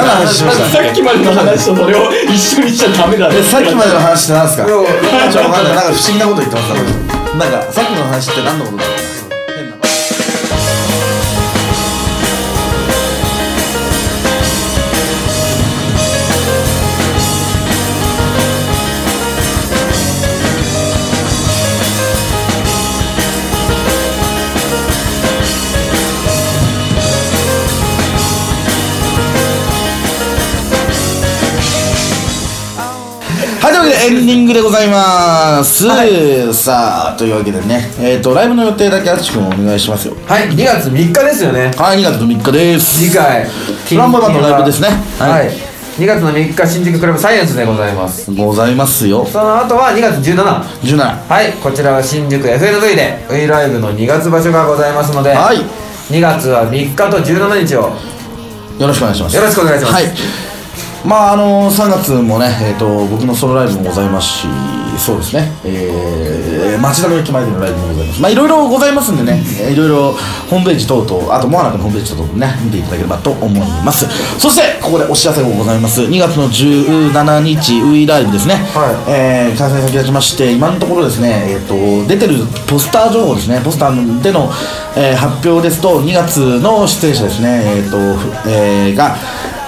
Speaker 1: の話してました
Speaker 3: さっきまでの話とそれを一緒にしちゃダメだね
Speaker 1: え、さっきまでの話って何すかちょっとわかんない。なんか不思議なこと言ってますから。なんか、さっきの話って何のことだ変な。はい、というわけでエンディングでございます。さあ、というわけでね、えっ、ー、と、ライブの予定だけ、あつしくんお願いしますよ。
Speaker 6: はい2月3日ですよね
Speaker 1: はい、2月の3日です。
Speaker 6: 次回
Speaker 1: ランボーバンドのライブですね。
Speaker 6: はい、2月の3日新宿クラブサイエンスでございます
Speaker 1: ございますよ。
Speaker 6: その後は2月17
Speaker 1: 17。
Speaker 6: はいこちらは新宿 FNV で V ライブの2月場所がございますので、
Speaker 1: はい
Speaker 6: 2月は3日と17日を
Speaker 1: よろしくお願いします
Speaker 2: よろしくお願いします
Speaker 1: はいまああの3月もね、えー、と僕のソロライブもございますしそうですね、えー、町田の駅前でのライブもございますまあいろいろございますんでねえーいろいろホームページ等々あとモアナ君のホームページ等々ね見ていただければと思いますそしてここでお知らせもございます2月の17日ウィーライブですね、はいえー、開催先立ちまして今のところですね、えー、と出てるポスター情報ですねポスターでの、えー発表ですと2月の出演者ですね、えーとふえーが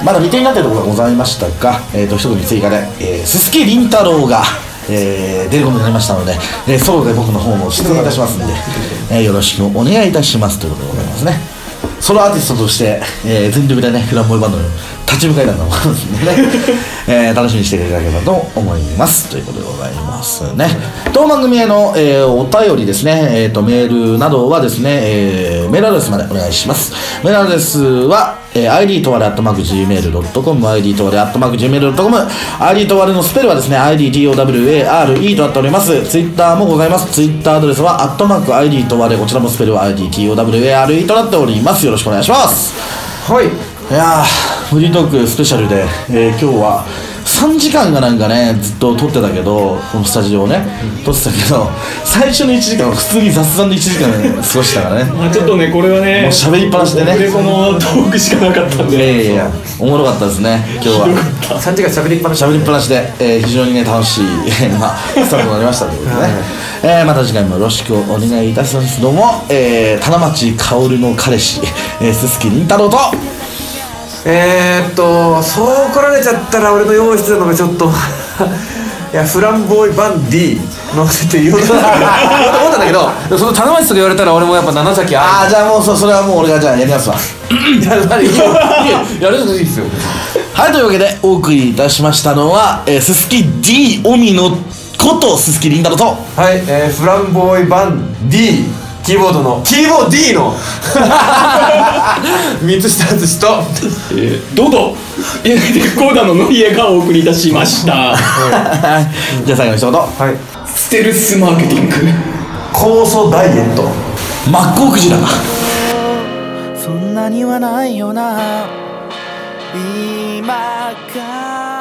Speaker 1: まだ未定になっているところがございましたが、えー、と一組追加で、えー、鈴木凛太郎が、えー出ることになりましたので、えーソロで僕の方も出演いたしますので、えーよろしくお願いいたしますということでございますねソロアーティストとして、えー全力でねフランボイバンドの立ち向かいなんだと思いますんでね、えー楽しみにしていただければと思いますということでございますね当番組への、えーお便りですね、えー、とメールなどはですね、えーメールアドレスまでお願いしますメールアドレスはえー、ID とわれ atmaggmail.com、ID とわれ atmaggmail.com、ID とわれのスペルはですね、IDTOWARE となっております。Twitter もございます。Twitter アドレスは、ID とわれ、こちらもスペルは IDTOWARE となっております。よろしくお願いします。
Speaker 2: はい
Speaker 1: いやー、フリートークスペシャルで、えー今日は3時間がなんかね、ずっと撮ってたけど、このスタジオをね、撮ってたけど、最初の1時間は普通に雑談で1時間過ごしたからね。
Speaker 3: まあちょっとね、これはね、
Speaker 1: もう喋りっぱなしでね
Speaker 3: で、このトークしかなかったん
Speaker 1: いやいや
Speaker 3: で、
Speaker 1: いや、おもろかったですね、今日は。
Speaker 2: 3時間喋りっぱなし
Speaker 1: 喋りっぱなしで、えー非常にね楽しい、まあ、スタートになりましたということでね、えーまた次回もよろしくお願いいたしますどうも、えー、棚町薫の彼氏、えー、鈴木凛太郎と
Speaker 2: えー、っとそう来られちゃったら俺の用意してたのがちょっと [laughs] いやフランボーイバンディのって言おうと思ったんだけどでもその棚橋とか言われたら俺もやっぱ長崎あ
Speaker 1: ああじゃあもうそそれはもう俺がじゃあやりますわ
Speaker 2: いやいいよいいよやるのいいですよ
Speaker 1: はいというわけでお送りいたしましたのは、えー、鈴木 D オミのこと鈴木凛太郎と
Speaker 2: はい、えー、フランボーイバン D キーボードのキーボード D の [laughs] 三下敦と
Speaker 3: えーどうぞ、えーコーダのノリエがお送りいたし
Speaker 1: [laughs]
Speaker 3: ました。
Speaker 1: じゃあ最後に一言
Speaker 2: はい
Speaker 3: ステルスマーケティング。
Speaker 2: 酵素ダイエット
Speaker 1: マッコウクジラ
Speaker 7: そんなにはないよな今から